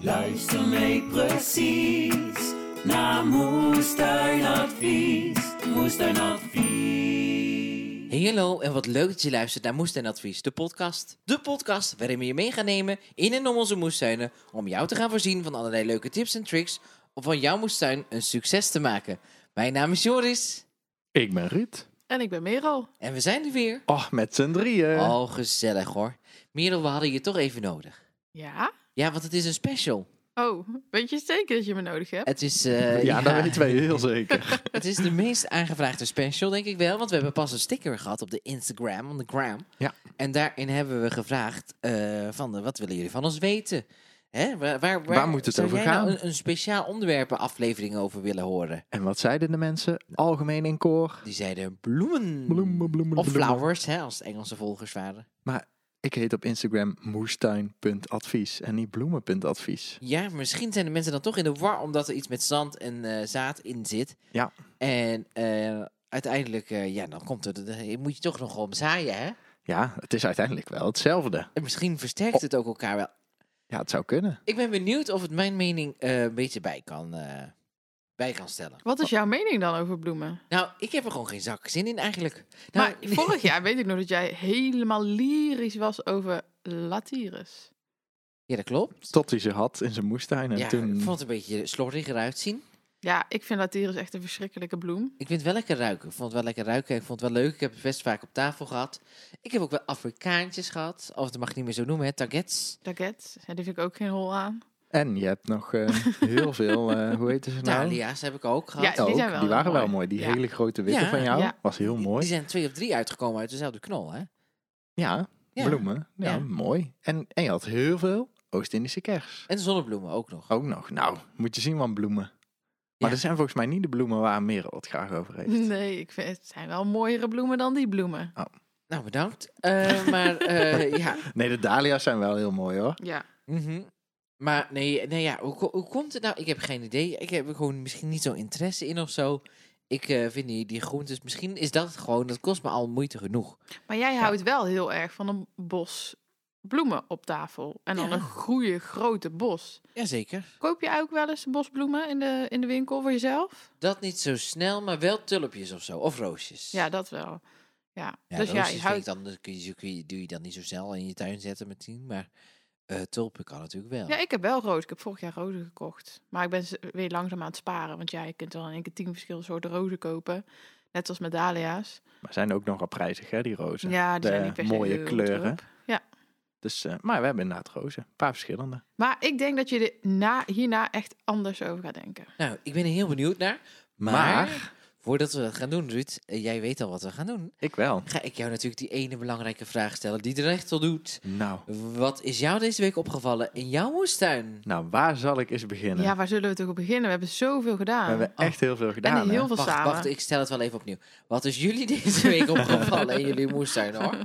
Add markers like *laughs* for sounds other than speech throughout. Luister mee precies naar moestuinadvies. Moestuinadvies. Hey hallo en wat leuk dat je luistert naar Moestuin Advies, de podcast. De podcast waarin we je mee gaan nemen in en om onze moestuinen om jou te gaan voorzien van allerlei leuke tips en tricks om van jouw moestuin een succes te maken. Mijn naam is Joris Ik ben Ruud. En ik ben Merel. en we zijn er weer. Oh, met z'n drieën. Oh, gezellig hoor. Merel, we hadden je toch even nodig. Ja? Ja, want het is een special. Oh, *laughs* weet je zeker dat je me nodig hebt? Het is, eh, ja, dat weten wij heel zeker. *laughs* het is de meest aangevraagde special, denk ik wel. Want we hebben pas een sticker gehad op de Instagram, on the gram. Ja. En daarin hebben we gevraagd eh, van, eh, wat willen jullie van ons weten? Hè? Waar, waar, Waar moet het zou over jij nou gaan? een, een speciaal onderwerpen aflevering over willen horen. en wat zeiden de mensen? Algemeen in koor. Die zeiden bloemen. Bloemen, bloemen, Of bloemen. flowers, hè, als het Engelse volgers waren. Maar ik heet op Instagram moestuin.advies en niet bloemen.advies. Ja, misschien zijn de mensen dan toch in de war omdat er iets met zand en eh, zaad in zit. Ja. En eh, uiteindelijk, eh, ja, dan komt er, de- moet je toch nog gewoon zaaien, hè? Ja, het is uiteindelijk wel hetzelfde. En misschien versterkt het ook elkaar wel. Ja, het zou kunnen. Ik ben benieuwd of het mijn mening eh, een beetje bij kan, eh, bij kan stellen. Wat is jouw mening dan over bloemen? Nou, ik heb er gewoon geen zak zin in eigenlijk. Nou, Maar *laughs* vorig jaar weet ik nog dat jij helemaal lyrisch was over latirus. *laughs* Ja, dat klopt. Tot hij ze had in zijn moestuin. En ja, toen... Ik vond het een beetje slordiger uitzien. Ja, ik vind latirus echt een verschrikkelijke bloem. Ik vind het wel lekker ruiken. Ik vond het wel lekker ruiken. Ik vond het wel leuk. Ik heb het best vaak op tafel gehad. Ik heb ook wel Afrikaantjes gehad. Of dat mag ik niet meer zo noemen, hè. Targets. Daget, ja, die vind ik ook geen hol aan. En je hebt nog eh, heel veel, eh, hoe heet ze nou? Italia's heb ik ook gehad. Ja, die Ook, zijn wel heel waren wel mooi. mooi. Die Ja. hele grote witte Ja, van jou ja. was heel Die- mooi. Die zijn twee of drie uitgekomen uit dezelfde knol, hè? Ja, Ja. bloemen. Ja, Ja. mooi. En, en je had heel veel Oost-Indische kers. En zonnebloemen ook nog. Ook nog. Nou, moet je zien van bloemen. Maar Ja. dat zijn volgens mij niet de bloemen waar Merel het graag over heeft. *laughs* Nee, ik vind, het zijn wel mooiere bloemen dan die bloemen. Nou, bedankt. *laughs* Eh, maar eh, ja, Nee, de dahlia's zijn wel heel mooi hoor. Ja, Mhm. Maar nee, nee ja, hoe, ko- hoe komt het nou? Ik heb geen idee. Ik heb er gewoon misschien niet zo'n interesse in of zo. Ik eh, vind die, die groentes, misschien is dat het gewoon, dat kost me al moeite genoeg. maar jij houdt wel heel erg van een bos bloemen op tafel. En dan Ja. een goede grote bos. Jazeker. Koop je ook wel eens bosbloemen in de, in de winkel voor jezelf? Dat niet zo snel, maar wel tulpjes of zo. Of roosjes. Ja, dat wel. Ja, Ja, dus roosjes ja, je vind ik houdt... dan, dat kun je, kun je- doe je dan niet zo snel in je tuin zetten meteen. Maar eh, tulpen kan natuurlijk wel. ja, ik heb wel rozen. Ik heb vorig jaar rozen gekocht. Maar ik ben ze weer langzaam aan het sparen. Want ja, je kunt wel in één keer tien verschillende soorten rozen kopen. Net als met dahlia's. Maar zijn ook nogal prijzig hè, die rozen. Ja, die de zijn niet per se mooie heel kleuren. goedkoop. Ja. Dus, eh, maar we hebben inderdaad rozen. Een paar verschillende. Maar ik denk dat je er na, hierna echt anders over gaat denken. Nou, ik ben er heel benieuwd naar. Maar, Maar- voordat we dat gaan doen, Ruud, eh, jij weet al wat we gaan doen. Ik wel. Ga ik jou natuurlijk die ene belangrijke vraag stellen die er echt toe doet. Nou, Wat is jou deze week opgevallen in jouw moestuin? nou waar zal ik eens beginnen? Ja, waar zullen we toch op beginnen? We hebben zoveel gedaan. we hebben echt heel veel gedaan. en hè? heel veel Wacht, samen. wacht, ik stel het wel even opnieuw. Wat is jullie *laughs* deze week opgevallen in jullie moestuin, *laughs* hoor?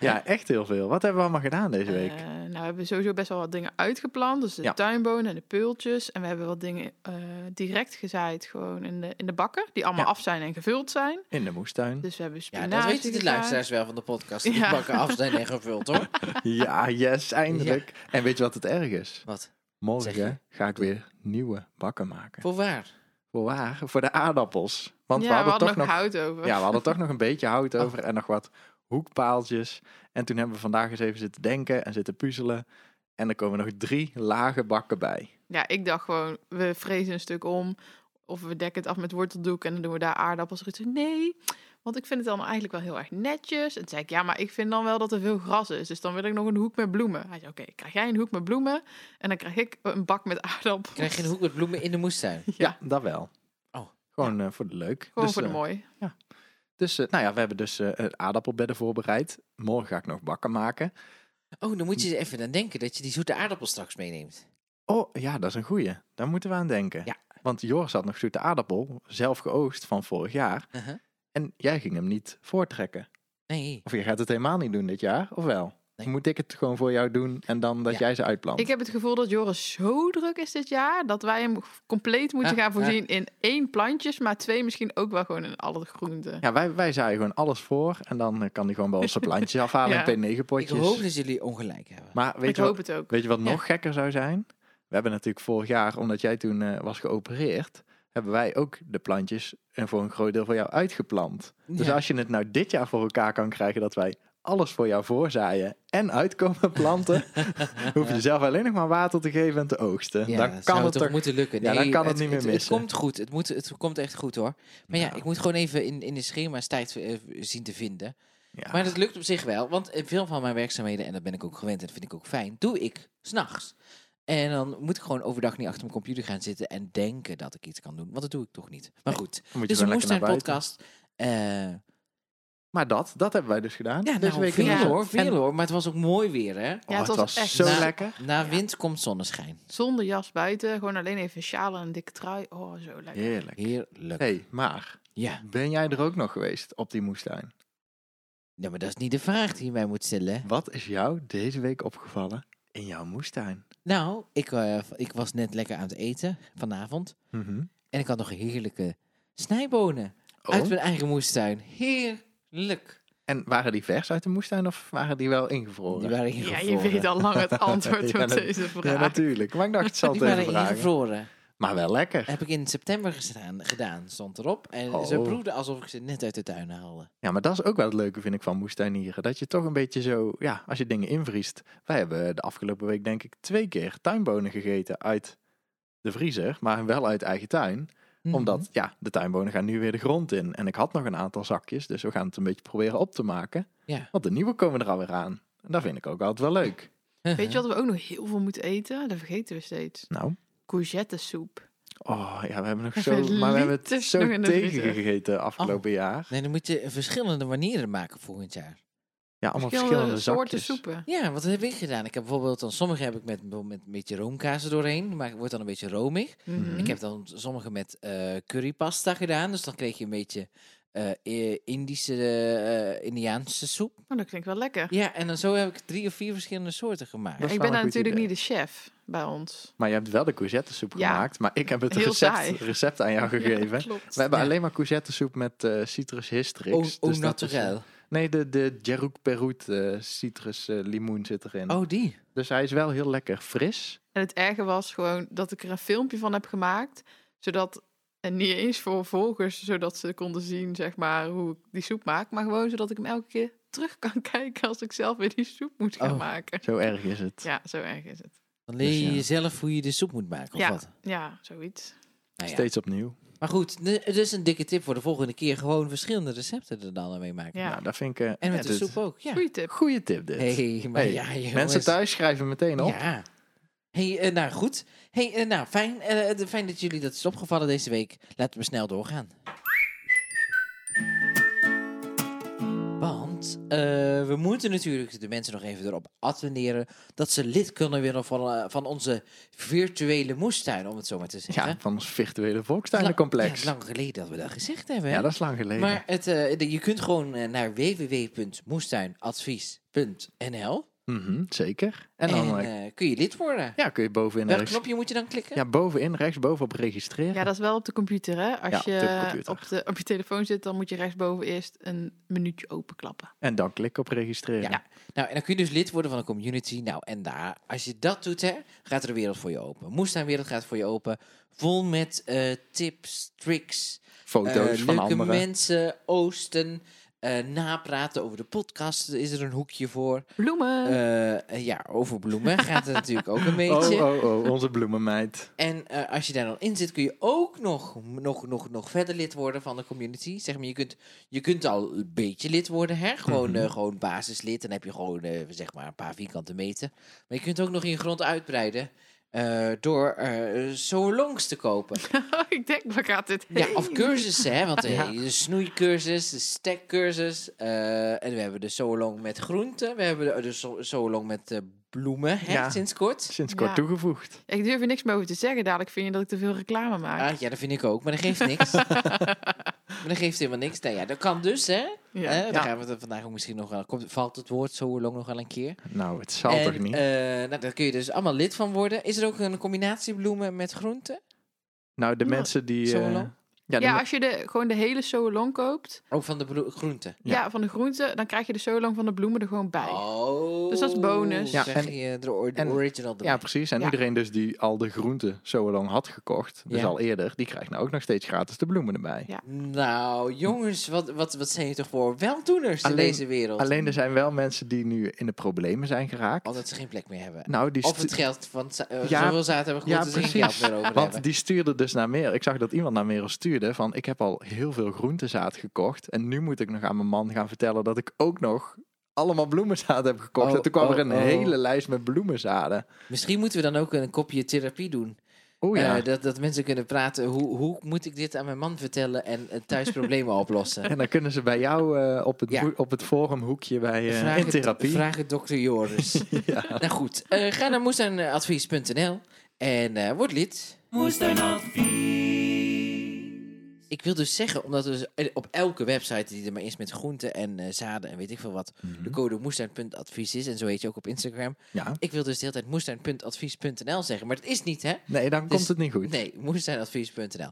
Ja, echt heel veel. Wat hebben we allemaal gedaan deze week? Eh, nou, we hebben sowieso best wel wat dingen uitgeplant. Dus de Ja. tuinbonen en de peultjes. En we hebben wat dingen eh, direct gezaaid gewoon in de, in de bakken. Die allemaal Ja. af zijn en gevuld zijn. In de moestuin. Dus we hebben Ja, spinazie dat weten de gedaan. luisteraars wel van de podcast. Die Ja. bakken af zijn en gevuld, *laughs* hoor. Ja, yes, eindelijk. En weet je wat het erg is? Wat? Zeg je? Morgen ga ik weer nieuwe bakken maken. Voorwaar? Voor waar? Voor de aardappels. Want ja, we hadden toch nog nog, hout over. ja, we hadden toch nog een beetje hout over en nog wat hoekpaaltjes. En toen hebben we vandaag eens even zitten denken en zitten puzzelen. En er komen nog drie lage bakken bij. Ja, ik dacht gewoon, we vrezen een stuk om. Of we dekken het af met worteldoek en dan doen we daar aardappels. Ruud zei, nee, want ik vind het allemaal eigenlijk wel heel erg netjes. En toen zei ik, ja, maar ik vind dan wel dat er veel gras is. Dus dan wil ik nog een hoek met bloemen. Hij zei, oké, krijg jij een hoek met bloemen? En dan krijg ik een bak met aardappels. Krijg je een hoek met bloemen in de moestuin? Ja, dat wel. Oh. Gewoon eh, voor de leuk. Gewoon dus, voor de eh, mooi. Dus eh, nou ja, we hebben dus eh, eh, aardappelbedden voorbereid. Morgen ga ik nog bakken maken. Oh, dan moet je er even aan denken dat je die zoete aardappel straks meeneemt. Oh ja, dat is een goeie. Daar moeten we aan denken. Ja. Want Joris had nog zoete aardappel, zelf geoogst van vorig jaar. Uh-huh. En jij ging hem niet voortrekken. Nee. Of je gaat het helemaal niet doen dit jaar, of wel? Nee. Moet ik het gewoon voor jou doen en dan dat Ja. jij ze uitplant? Ik heb het gevoel dat Joris zo druk is dit jaar... dat wij hem compleet moeten Ja, gaan voorzien in één plantjes... maar twee misschien ook wel gewoon in alle groenten. Ja, wij, wij zaaien gewoon alles voor en dan eh, kan hij gewoon bij ons zijn plantjes afhalen Ja. in P9-potjes. Ik hoop dat jullie ongelijk hebben. Maar weet ik je, wat, hoop het ook. weet je wat Ja. nog gekker zou zijn? We hebben natuurlijk vorig jaar, omdat jij toen eh, was geopereerd, hebben wij ook de plantjes en voor een groot deel voor jou uitgeplant. Dus Ja. als je het nou dit jaar voor elkaar kan krijgen dat wij alles voor jou voorzaaien en uitkomen planten, hoef je zelf alleen nog maar water te geven en te oogsten. Ja, dan dat kan zou het toch toch moeten lukken. Ja, dan Nee, kan het niet meer Het, missen. komt goed. Het, moet, het komt echt goed hoor. Maar ja, Ja. ik moet gewoon even in, in de schema's tijd eh, zien te vinden. Ja. Maar dat lukt op zich wel. Want eh, veel van mijn werkzaamheden, en dat ben ik ook gewend en dat vind ik ook fijn, doe ik s'nachts. En dan moet ik gewoon overdag niet achter mijn computer gaan zitten en denken dat ik iets kan doen. Want dat doe ik toch niet. Maar goed, Dan moet je dus gewoon een lekker naar moestuin buiten. podcast. eh Maar dat, dat hebben wij dus gedaan. ja, deze nou, week in veel de ja. zon. hoor, veel En- hoor. Maar het was ook mooi weer, hè? Oh, het, was, echt zo Na- lekker. Na wind komt zonneschijn. Zonder jas buiten, gewoon alleen even een sjaal en een dikke trui. Oh, zo lekker. Heerlijk. Heerlijk. hey, maar Ja. ben jij er ook nog geweest op die moestuin? ja, Nou, maar dat is niet de vraag die je mij moet stellen. hè? Wat is jou deze week opgevallen in jouw moestuin? Nou, ik, eh, v- ik was net lekker aan het eten vanavond. En ik had nog heerlijke snijbonen Oh, uit mijn eigen moestuin. Heerlijk. En waren die vers uit de moestuin of waren die wel ingevroren? Die waren Ja, ingevroren. je weet al lang het *laughs* antwoord Ja, op dat- deze Ja, vraag. natuurlijk. Maar ik dacht, het zal Die het even waren vragen. ingevroren. Maar wel lekker. Heb ik in september gestaan, gedaan, stond erop. En ze Oh. proefden alsof ik ze net uit de tuin haalde. Ja, maar dat is ook wel het leuke, vind ik, van moestuinieren. Dat je toch een beetje zo, ja, als je dingen invriest. Wij hebben de afgelopen week, denk ik, twee keer tuinbonen gegeten uit de vriezer, maar wel uit eigen tuin. Hmm. Mhm. *laughs* Omdat, ja, de tuinbonen gaan nu weer de grond in. En ik had nog een aantal zakjes, dus we gaan het een beetje proberen op te maken. Ja. Want de nieuwe komen er alweer aan. En dat vind ik ook altijd wel leuk. Weet je wat we ook nog heel veel moeten eten? Dat vergeten we steeds. Nou, Courgettesoep. oh ja, we hebben nog We zo, hebben maar we hebben het liters zo nog in de vriezer. Oh. tegengegeten afgelopen jaar. Nee, dan moet je verschillende manieren maken volgend jaar. Ja, allemaal verschillende, soorten zakjes. soepen. Ja, wat heb ik gedaan? Ik heb bijvoorbeeld, dan sommige heb ik met, met een beetje roomkaas er doorheen. Maar het wordt dan een beetje romig. Mhm. Hm? Ik heb dan sommige met eh, currypasta gedaan. Dus dan kreeg je een beetje eh, eh, Indische, eh, Indiaanse soep. Oh, dat klinkt wel lekker. Ja, en dan zo heb ik drie of vier verschillende soorten gemaakt. Dat is ik wel ben een daar goed natuurlijk idee. niet de chef bij ons. Maar je hebt wel de courgettesoep Ja. gemaakt, maar ik heb het Heel recept, saai. recept aan jou gegeven. Ja, klopt. we hebben Ja. alleen maar courgettesoep met eh, citrus histrix. Oh, oh dus dat is- naturel. nee, de, de Jeroen Perroet eh, citrus eh, limoen zit erin. Oh, die. Dus hij is wel heel lekker fris. En het erge was gewoon dat ik er een filmpje van heb gemaakt. Zodat, en niet eens voor volgers, zodat ze konden zien zeg maar, hoe ik die soep maak. Maar gewoon zodat ik hem elke keer terug kan *laughs* kijken als ik zelf weer die soep moet gaan Oh. maken. Zo erg is het. Ja, zo erg is het. Dan leer je Dus ja. jezelf hoe je de soep moet maken, of Ja. wat? Ja, zoiets. Nou ja. Steeds opnieuw. Maar goed, ne- het is een dikke tip voor de volgende keer. Gewoon verschillende recepten er dan mee maken. Ja. Nou, dat vind ik... eh, En ja, met de dit- soep ook, ja. Goeie tip. Goeie tip dit. Hey, maar Hey, ja, jongens. Mensen thuis schrijven meteen op. Ja. Hey, eh, nou goed. Hey, eh, nou fijn, eh, de- fijn dat jullie dat is opgevallen deze week. Laten we snel doorgaan. Want eh, we moeten natuurlijk de mensen nog even erop attenderen dat ze lid kunnen worden van, eh, van onze virtuele moestuin, om het zo maar te zeggen. Ja, van ons virtuele Lang- volkstuinencomplex. ja, lang geleden dat we dat gezegd hebben. hè? Ja, dat is lang geleden. maar het, eh, de- je kunt gewoon eh, naar www.moestuinadvies.nl Mhm, zeker. En en dan eh, eh, kun je lid worden. ja, kun je bovenin... Welk rechts- knopje moet je dan klikken? Ja, bovenin, rechtsboven op registreren. Ja, dat is wel op de computer, hè? Als Ja, op de je computer. op, de, op je telefoon zit, dan moet je rechtsboven eerst een minuutje openklappen. En dan klik op registreren. Ja. Nou, en dan kun je dus lid worden van een community. Nou, en daar, als je dat doet, hè, gaat er een wereld voor je open. Moestuinwereld gaat voor je open. Vol met eh, tips, tricks, eh, Foto's van leuke anderen. mensen, oosten, eh, napraten over de podcast. Is er een hoekje voor? Bloemen! Eh, eh, ja, over bloemen gaat het natuurlijk ook een beetje. Oh. *laughs* Oh, oh, oh, onze bloemenmeid. En eh, als je daar dan in zit, kun je ook nog, nog, nog, nog verder lid worden van de community. Zeg maar, je kunt, je kunt al een beetje lid worden, hè? Gewoon, Mhm. eh, gewoon basislid. Dan heb je gewoon eh, zeg maar een paar vierkante meter. Maar je kunt ook nog in je grond uitbreiden eh, door eh solongs te kopen. *laughs* ik denk, waar gaat dit Ja, *laughs* heen? of cursussen, hè? Want eh, Ja. de snoeicursus, de stekcursus. eh, en we hebben de solong met groenten. We hebben de, de so- solong met eh, bloemen, hè? Ja. Sinds kort. Sinds kort Ja. toegevoegd. Ik durf er niks meer over te zeggen. Dadelijk vind je dat ik te veel reclame maak. Ah, ja, dat vind ik ook, maar dat geeft *laughs* niks. maar dat geeft helemaal niks. Nou ja, dat kan dus, hè? Eh, ja. daar Ja. gaan we het er vandaag ook misschien nog wel... Komt, valt het woord zo lang nog wel een keer? Nou, het zal en, toch niet? eh, nou, daar kun je dus allemaal lid van worden. Is er ook een combinatie bloemen met groenten? nou, de nou, mensen die, eh, Solo? Ja, Ja, dan- als je de, gewoon de hele solong koopt, Ook van de blo- groenten. Ja. ja. van de groenten, dan krijg je de solong van de bloemen er gewoon bij. Oh. Dus dat is bonus. Ja, Ja, zeg en- je de or- en- original erbij. ja, precies. En Ja. iedereen dus die al de groenten zo lang had gekocht, dus Ja. al eerder, die krijgt nou ook nog steeds gratis de bloemen erbij. Ja. Nou, jongens, wat, wat, wat zijn je toch voor weldoeners in Alleen- deze wereld? Alleen er zijn wel mensen die nu in de problemen zijn geraakt. Omdat ze geen plek meer hebben. nou, die Of het stu- geld van za- eh, Ja, zoveel zaad hebben goed ja, dat ze geen precies. geld meer over hebben. Want die stuurde dus naar Merel. Ik zag dat iemand naar Merel stuurde van... ik heb al heel veel groentezaad gekocht... en nu moet ik nog aan mijn man gaan vertellen... dat ik ook nog allemaal bloemenzaad heb gekocht. Oh, en toen kwam oh, er een oh. hele lijst met bloemenzaden. Misschien moeten we dan ook een kopje therapie doen. Oh ja. Eh, dat, dat mensen kunnen praten. Hoe, hoe moet ik dit aan mijn man vertellen en eh, thuis *laughs* problemen oplossen? en dan kunnen ze bij jou eh, op, het Ja. boe- op het forumhoekje bij, eh, in het- therapie. vraag het dokter *laughs* Joris. Nou goed, eh, ga naar moestuinadvies.nl en eh, word lid. Moestuinadvies. Ik wil dus zeggen, omdat er dus, eh, op elke website die er maar is met groenten en eh, zaden en weet ik veel wat, Mhm. de code moestuin.advies is. En zo heet je ook op Instagram. Ja. Ik wil dus de hele tijd moestuin.advies.nl zeggen, maar dat is niet hè. Nee, dan Dus- komt het niet goed. Nee, moestuinadvies.nl.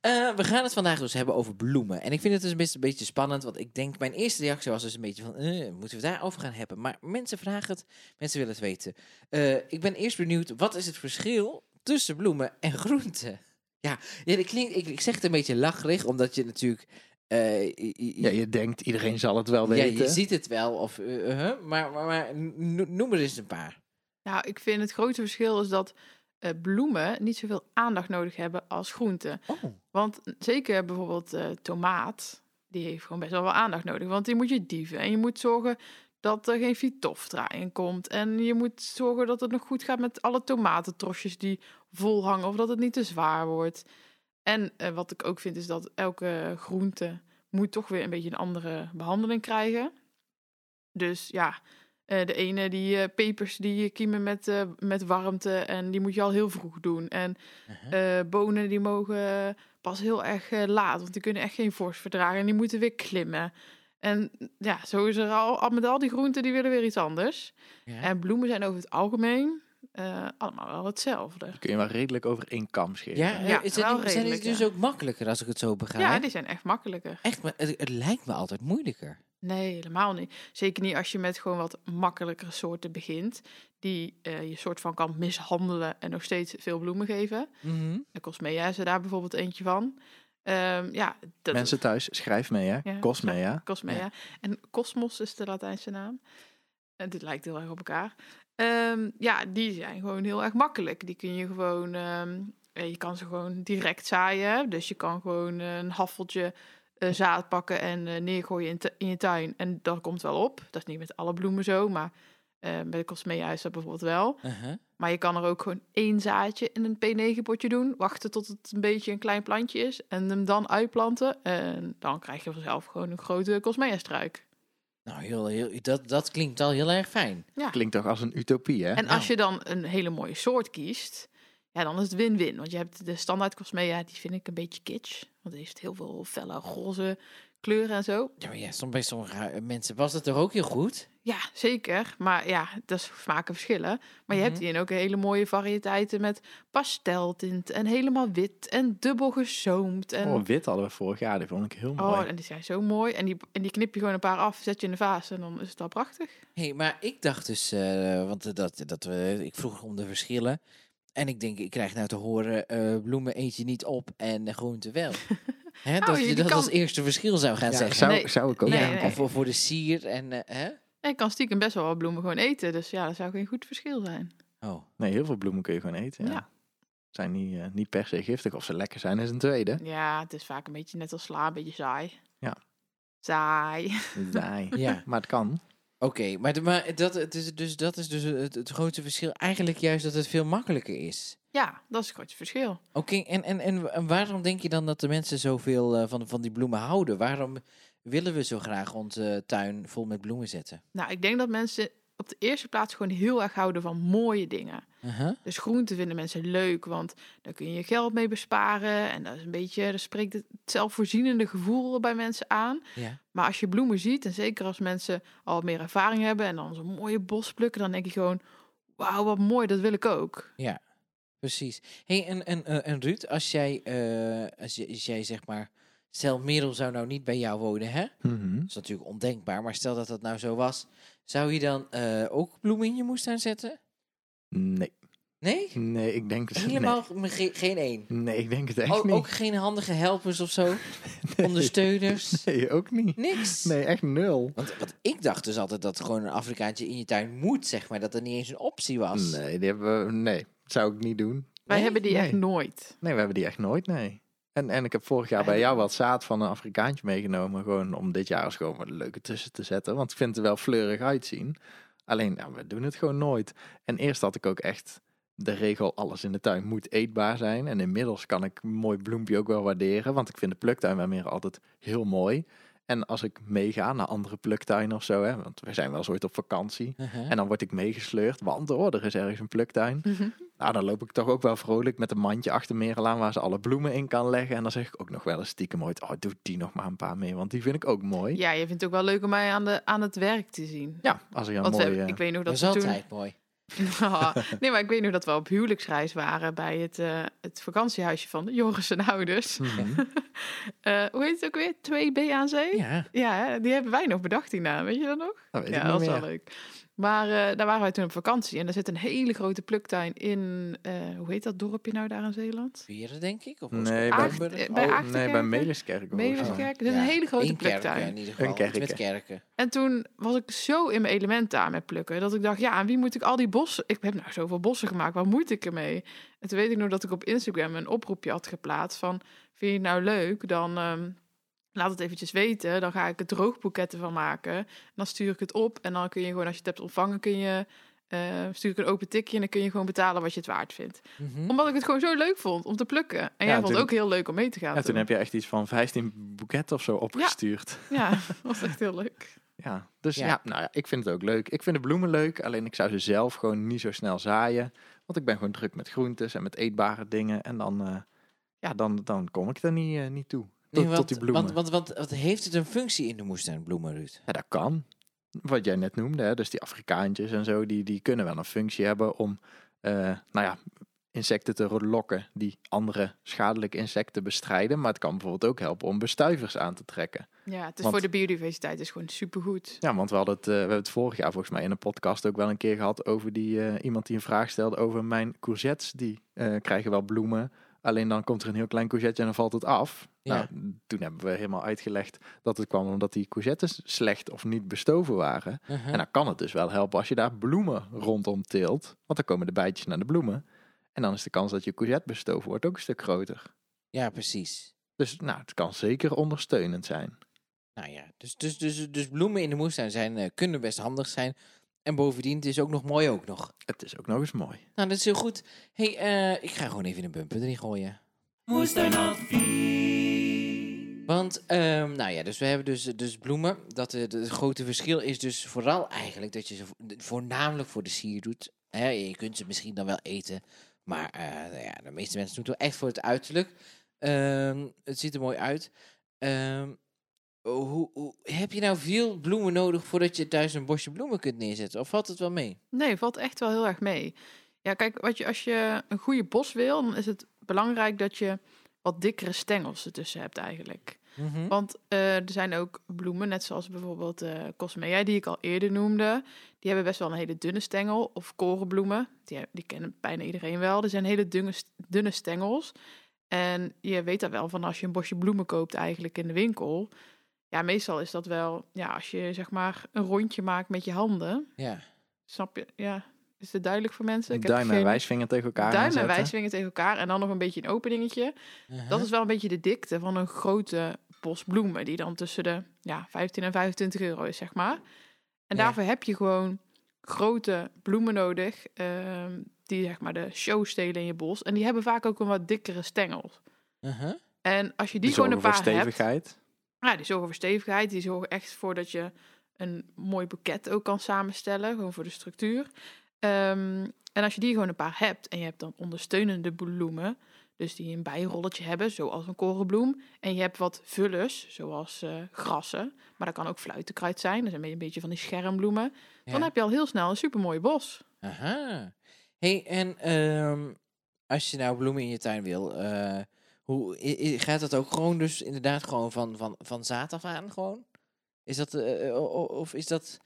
Eh, we gaan het vandaag dus hebben over bloemen. En ik vind het dus best een beetje spannend, want ik denk, mijn eerste reactie was dus een beetje van, eh, moeten we daarover gaan hebben? Maar mensen vragen het, mensen willen het weten. Eh, ik ben eerst benieuwd, wat is het verschil tussen bloemen en groenten? *laughs* Ja, ja dat klinkt, ik, ik zeg het een beetje lacherig, omdat je natuurlijk... eh, i- i- Ja, je denkt, iedereen zal het wel ja, weten. je ziet het wel, of, eh, eh, huh, maar, maar, maar no- noem er eens een paar. Nou, ik vind het grote verschil is dat eh, bloemen niet zoveel aandacht nodig hebben als groenten. Oh, Want zeker bijvoorbeeld eh, tomaat, die heeft gewoon best wel wel aandacht nodig. Want die moet je dieven en je moet zorgen dat er geen fitoftra in komt. En je moet zorgen dat het nog goed gaat met alle tomatentrosjes die vol hangen of dat het niet te zwaar wordt. En eh, wat ik ook vind is dat elke groente moet toch weer een beetje een andere behandeling krijgen. Dus ja, eh, de ene die eh, pepers die je kiemen met, eh, met warmte en die moet je al heel vroeg doen. En eh, bonen die mogen pas heel erg eh, laat, want die kunnen echt geen vorst verdragen en die moeten weer klimmen. En ja, zo is er al, al met al die groenten, die willen weer iets anders. Ja. En bloemen zijn over het algemeen eh, allemaal wel hetzelfde. Kun je maar redelijk over één kam scheren. ja, eh, Ja, zijn, wel die- zijn die redelijk, dus ja. ook makkelijker als ik het zo begrijp? Ja, die zijn echt makkelijker. Echt, maar het, het lijkt me altijd moeilijker. Nee, helemaal niet. Zeker niet als je met gewoon wat makkelijkere soorten begint, die eh, je soort van kan mishandelen en nog steeds veel bloemen geven. De Cosmea is er daar bijvoorbeeld eentje van. Ehm, ja, dat Mensen thuis, schrijf mee hè. Ja, Kost mee hè. Cosmea. Ja. En Cosmos is de Latijnse naam. En dit lijkt heel erg op elkaar. Ehm, ja, die zijn gewoon heel erg makkelijk. Die kun je gewoon... ehm, eh, je kan ze gewoon direct zaaien. Dus je kan gewoon eh, een haffeltje eh, zaad pakken en eh, neergooien in, tu- in je tuin. En dat komt wel op. Dat is niet met alle bloemen zo, maar eh bij de Cosmea is dat bijvoorbeeld wel. Uh-huh. Maar je kan er ook gewoon één zaadje in een P9-potje doen. Wachten tot het een beetje een klein plantje is. En hem dan uitplanten. En dan krijg je vanzelf gewoon een grote Cosmea-struik. Nou, heel, heel, dat, dat klinkt al heel erg fijn. Klinkt toch als een utopie hè? En nou. als je dan een hele mooie soort kiest, ja, dan is het win-win. Want je hebt de standaard Cosmea, die vind ik een beetje kitsch. Want die heeft heel veel felle roze kleuren en zo. Ja, maar ja, soms bij sommige hu- mensen was dat toch ook heel goed? Ja, zeker. Maar ja, dat is smaken verschillen. Maar je hebt hierin ook hele mooie variëteiten met pasteltint en helemaal wit en dubbel gezoomd. eh, En Oh, wit hadden we vorig jaar. Die vond ik heel mooi. Oh, en die zijn zo mooi. En die, en die knip je gewoon een paar af, zet je in de vaas en dan is het al prachtig. hey, maar ik dacht dus, eh, want eh, dat, dat, we ik vroeg om de verschillen. En ik denk, ik krijg nou te horen, eh, bloemen eet je niet op en eh, groenten *laughs* wel. hè, dat je- je die dat Oh, kan- als eerste verschil zou gaan Ja, zeggen. zou, Nee. zou ik ook Nee, ja. ja, nee. Of voor- voor de sier en... eh, hè? En je kan stiekem best wel wat bloemen gewoon eten. Dus ja, dat zou geen goed verschil zijn. Oh, Nee, heel veel bloemen kun je gewoon eten. Ja. Ja. Zijn niet, eh, niet per se giftig. Of ze lekker zijn is een tweede. *laughs* Ja, het is vaak een beetje net als sla, een beetje saai. Ja. Saai. *laughs* Nee. ja. Maar het kan. Oké, maar, de- maar dat, het is dus, dat is dus het, het grote verschil. Eigenlijk juist dat het veel makkelijker is. Ja, dat is het grote verschil. Oké, en, en, en, en waarom denk je dan dat de mensen zoveel eh, van, van die bloemen houden? Waarom willen we zo graag onze tuin vol met bloemen zetten? Nou, ik denk dat mensen op de eerste plaats gewoon heel erg houden van mooie dingen. Uh-huh. Dus groenten vinden mensen leuk, want daar kun je geld mee besparen. En dat is een beetje, dat spreekt het zelfvoorzienende gevoel bij mensen aan. Ja. Maar als je bloemen ziet, en zeker als mensen al meer ervaring hebben en dan zo'n mooie bos plukken, dan denk je gewoon: wauw, wat mooi, dat wil ik ook. Ja. Precies. hey, en, en, eh, en Ruud, als jij, eh, als, j- als jij zeg maar... Stel, Merel zou nou niet bij jou wonen, hè? Mhm. Dat is natuurlijk ondenkbaar, maar stel dat dat nou zo was. Zou je dan eh, ook bloemen in je moestuin zetten? Nee. Nee? Nee, ik denk het Helemaal ge- ge- geen één? Nee. nee, ik denk het echt Ook, niet. ook geen handige helpers of zo? *laughs* Ondersteuners? Nee, ook niet. Niks? Nee, echt nul. Want wat ik dacht dus altijd dat gewoon een Afrikaantje in je tuin moet, zeg maar. Dat er niet eens een optie was. Nee, die hebben we, nee, zou ik niet doen. Wij Nee? hebben die echt Nee. nooit. Nee, we hebben die echt nooit, nee. En, en ik heb vorig jaar bij jou wat zaad van een Afrikaantje meegenomen. Gewoon om dit jaar eens gewoon wat leuke tussen te zetten. Want ik vind het er wel fleurig uitzien. Alleen, nou, we doen het gewoon nooit. En eerst had ik ook echt de regel, alles in de tuin moet eetbaar zijn. En inmiddels kan ik een mooi bloempje ook wel waarderen. Want ik vind de pluktuin bij meer altijd heel mooi. En als ik meega naar andere pluktuinen of zo, hè, want we zijn wel eens ooit op vakantie. Uh-huh. En dan word ik meegesleurd, want oh, er is ergens een pluktuin. Mhm. Nou, dan loop ik toch ook wel vrolijk met een mandje achter Merel aan waar ze alle bloemen in kan leggen. En dan zeg ik ook nog wel eens stiekem ooit, oh, doe die nog maar een paar mee, want die vind ik ook mooi. Ja, Ja, je vindt het ook wel leuk om mij aan, de, aan het werk te zien. als ik een Want we mooi... hebben- eh, ik weet nog Dat dat is we toen... *laughs* Oh. altijd mooi. nee, maar ik weet nog dat we op huwelijksreis waren bij het, eh, het vakantiehuisje van Joris en ouders. *laughs* mhm. Eh, hoe heet het ook weer? 2B aan zee? Oh, Ja. Ja, hè, die hebben wij nog bedacht, die naam. Weet je dat nog? Dat weet ja, ik niet dat was meer. wel leuk. Maar eh, daar waren wij toen op vakantie. En daar zit een hele grote pluktuin in... eh, hoe heet dat dorpje nou daar in Zeeland? Vieren, denk ik? Of Nee, bij- Aardenburg? eh, bij Oh, Aard- Nee, bij Achterkerken? Meliskerk. hoor. Meeuwiskerk. Er zit ja. een hele grote in kerken pluktuin. in ieder geval. Een kerkje. Met kerken. En toen was ik zo in mijn element daar met plukken. Dat ik dacht, ja, aan wie moet ik al die bossen... Ik heb nou zoveel bossen gemaakt, waar moet ik ermee? En toen weet ik nog dat ik op Instagram een oproepje had geplaatst van... Vind je het nou leuk? Dan ehm, laat het eventjes weten. Dan ga ik er droogboeketten van maken. En dan stuur ik het op. En dan kun je gewoon, als je het hebt ontvangen, kun je... eh, stuur ik een open tikje en dan kun je gewoon betalen wat je het waard vindt. Mhm. Omdat ik het gewoon zo leuk vond om te plukken. En Hm. Ja, jij vond het toen- ook heel leuk om mee te gaan. Ja, toen heb je echt iets van 15 boeketten of zo opgestuurd. Ja, *laughs* dat was echt heel leuk. Ja, dus Ja. ja. nou ja, ik vind het ook leuk. Ik vind de bloemen leuk, alleen ik zou ze zelf gewoon niet zo snel zaaien. Want ik ben gewoon druk met groentes en met eetbare dingen. En dan, eh, ja, dan, dan kom ik er niet, eh, niet toe. Tot, Nee, want, tot die bloemen. Want, want, want, want heeft het een functie in de moestuin, bloemen, Ruud? Ja, dat kan. Wat jij net noemde, hè, dus die Afrikaantjes en zo, die, die kunnen wel een functie hebben om, eh, nou ja, insecten te lokken die andere schadelijke insecten bestrijden. Maar het kan bijvoorbeeld ook helpen om bestuivers aan te trekken. Ja, het is Want- voor de biodiversiteit is gewoon supergoed. Ja, want we hadden het, eh, we hebben het vorig jaar volgens mij in een podcast ook wel een keer gehad over die, eh, iemand die een vraag stelde over mijn courgettes. Die eh, krijgen wel bloemen, alleen dan komt er een heel klein courgette en dan valt het af. Ja. Nou, toen hebben we helemaal uitgelegd dat het kwam omdat die courgettes slecht of niet bestoven waren. Uh-huh. En dan kan het dus wel helpen als je daar bloemen rondom teelt, want dan komen de bijtjes naar de bloemen. En dan is de kans dat je courgette bestoven wordt ook een stuk groter. Ja, precies. Dus nou, het kan zeker ondersteunend zijn. Nou ja, dus, dus, dus, dus bloemen in de moestuin zijn, eh, kunnen best handig zijn. En bovendien, het is ook nog mooi ook nog. Het is ook nog eens mooi. Nou, dat is heel goed. hey, eh, ik ga gewoon even een bumper erin gooien. Moestuinadvies. Want, ehm, nou ja, dus we hebben dus, dus bloemen. Dat eh, de- het grote verschil is dus vooral eigenlijk dat je ze vo- voornamelijk voor de sier doet. Hè, je kunt ze misschien dan wel eten, maar eh, nou ja, de meeste mensen doen het wel echt voor het uiterlijk. Ehm, het ziet er mooi uit. Ehm, hoe, hoe, heb je nou veel bloemen nodig voordat je thuis een bosje bloemen kunt neerzetten? Of valt het wel mee? Nee, valt echt wel heel erg mee. Ja, kijk, wat je, als je een goede bos wil, dan is het belangrijk dat je wat dikkere stengels ertussen hebt eigenlijk. Hm? Want eh, er zijn ook bloemen, net zoals bijvoorbeeld eh Cosmea, die ik al eerder noemde. Die hebben best wel een hele dunne stengel. Of korenbloemen, die, he- die kennen bijna iedereen wel. Er zijn hele dunne, st- dunne stengels. En je weet dat wel van als je een bosje bloemen koopt eigenlijk in de winkel. Ja, meestal is dat wel, ja, als je zeg maar een rondje maakt met je handen. Ja. Snap je? Ja. Is het duidelijk voor mensen? Ik heb Duim en geen- wijsvinger tegen elkaar Duim en aanzetten. wijsvinger tegen elkaar en dan nog een beetje een openingetje. Dat Uh-huh. is wel een beetje de dikte van een grote bos bloemen. Die dan tussen de ja, 15 en 25 euro is, zeg maar. En Ja. daarvoor heb je gewoon grote bloemen nodig. ehm, die zeg maar de show stelen in je bos. En die hebben vaak ook een wat dikkere stengel. Uh-huh. En als je die Die gewoon zorgen een voor paar hebt... stevigheid. Ja, die zorgen voor stevigheid. Die zorgen echt voor dat je een mooi boeket ook kan samenstellen. Gewoon voor de structuur. Ehm, en als je die gewoon een paar hebt en je hebt dan ondersteunende bloemen. Dus die een bijrolletje hebben, zoals een korenbloem. En je hebt wat vullers, zoals eh, grassen. Maar dat kan ook fluitenkruid zijn. Dat zijn een beetje van die schermbloemen. Dan Ja. heb je al heel snel een supermooi bos. Aha. hey, en ehm, als je nou bloemen in je tuin wil, eh, hoe, i- i- gaat dat ook gewoon dus inderdaad gewoon van, van, van zaad af aan gewoon? Is dat, eh, eh, o- o- of is dat,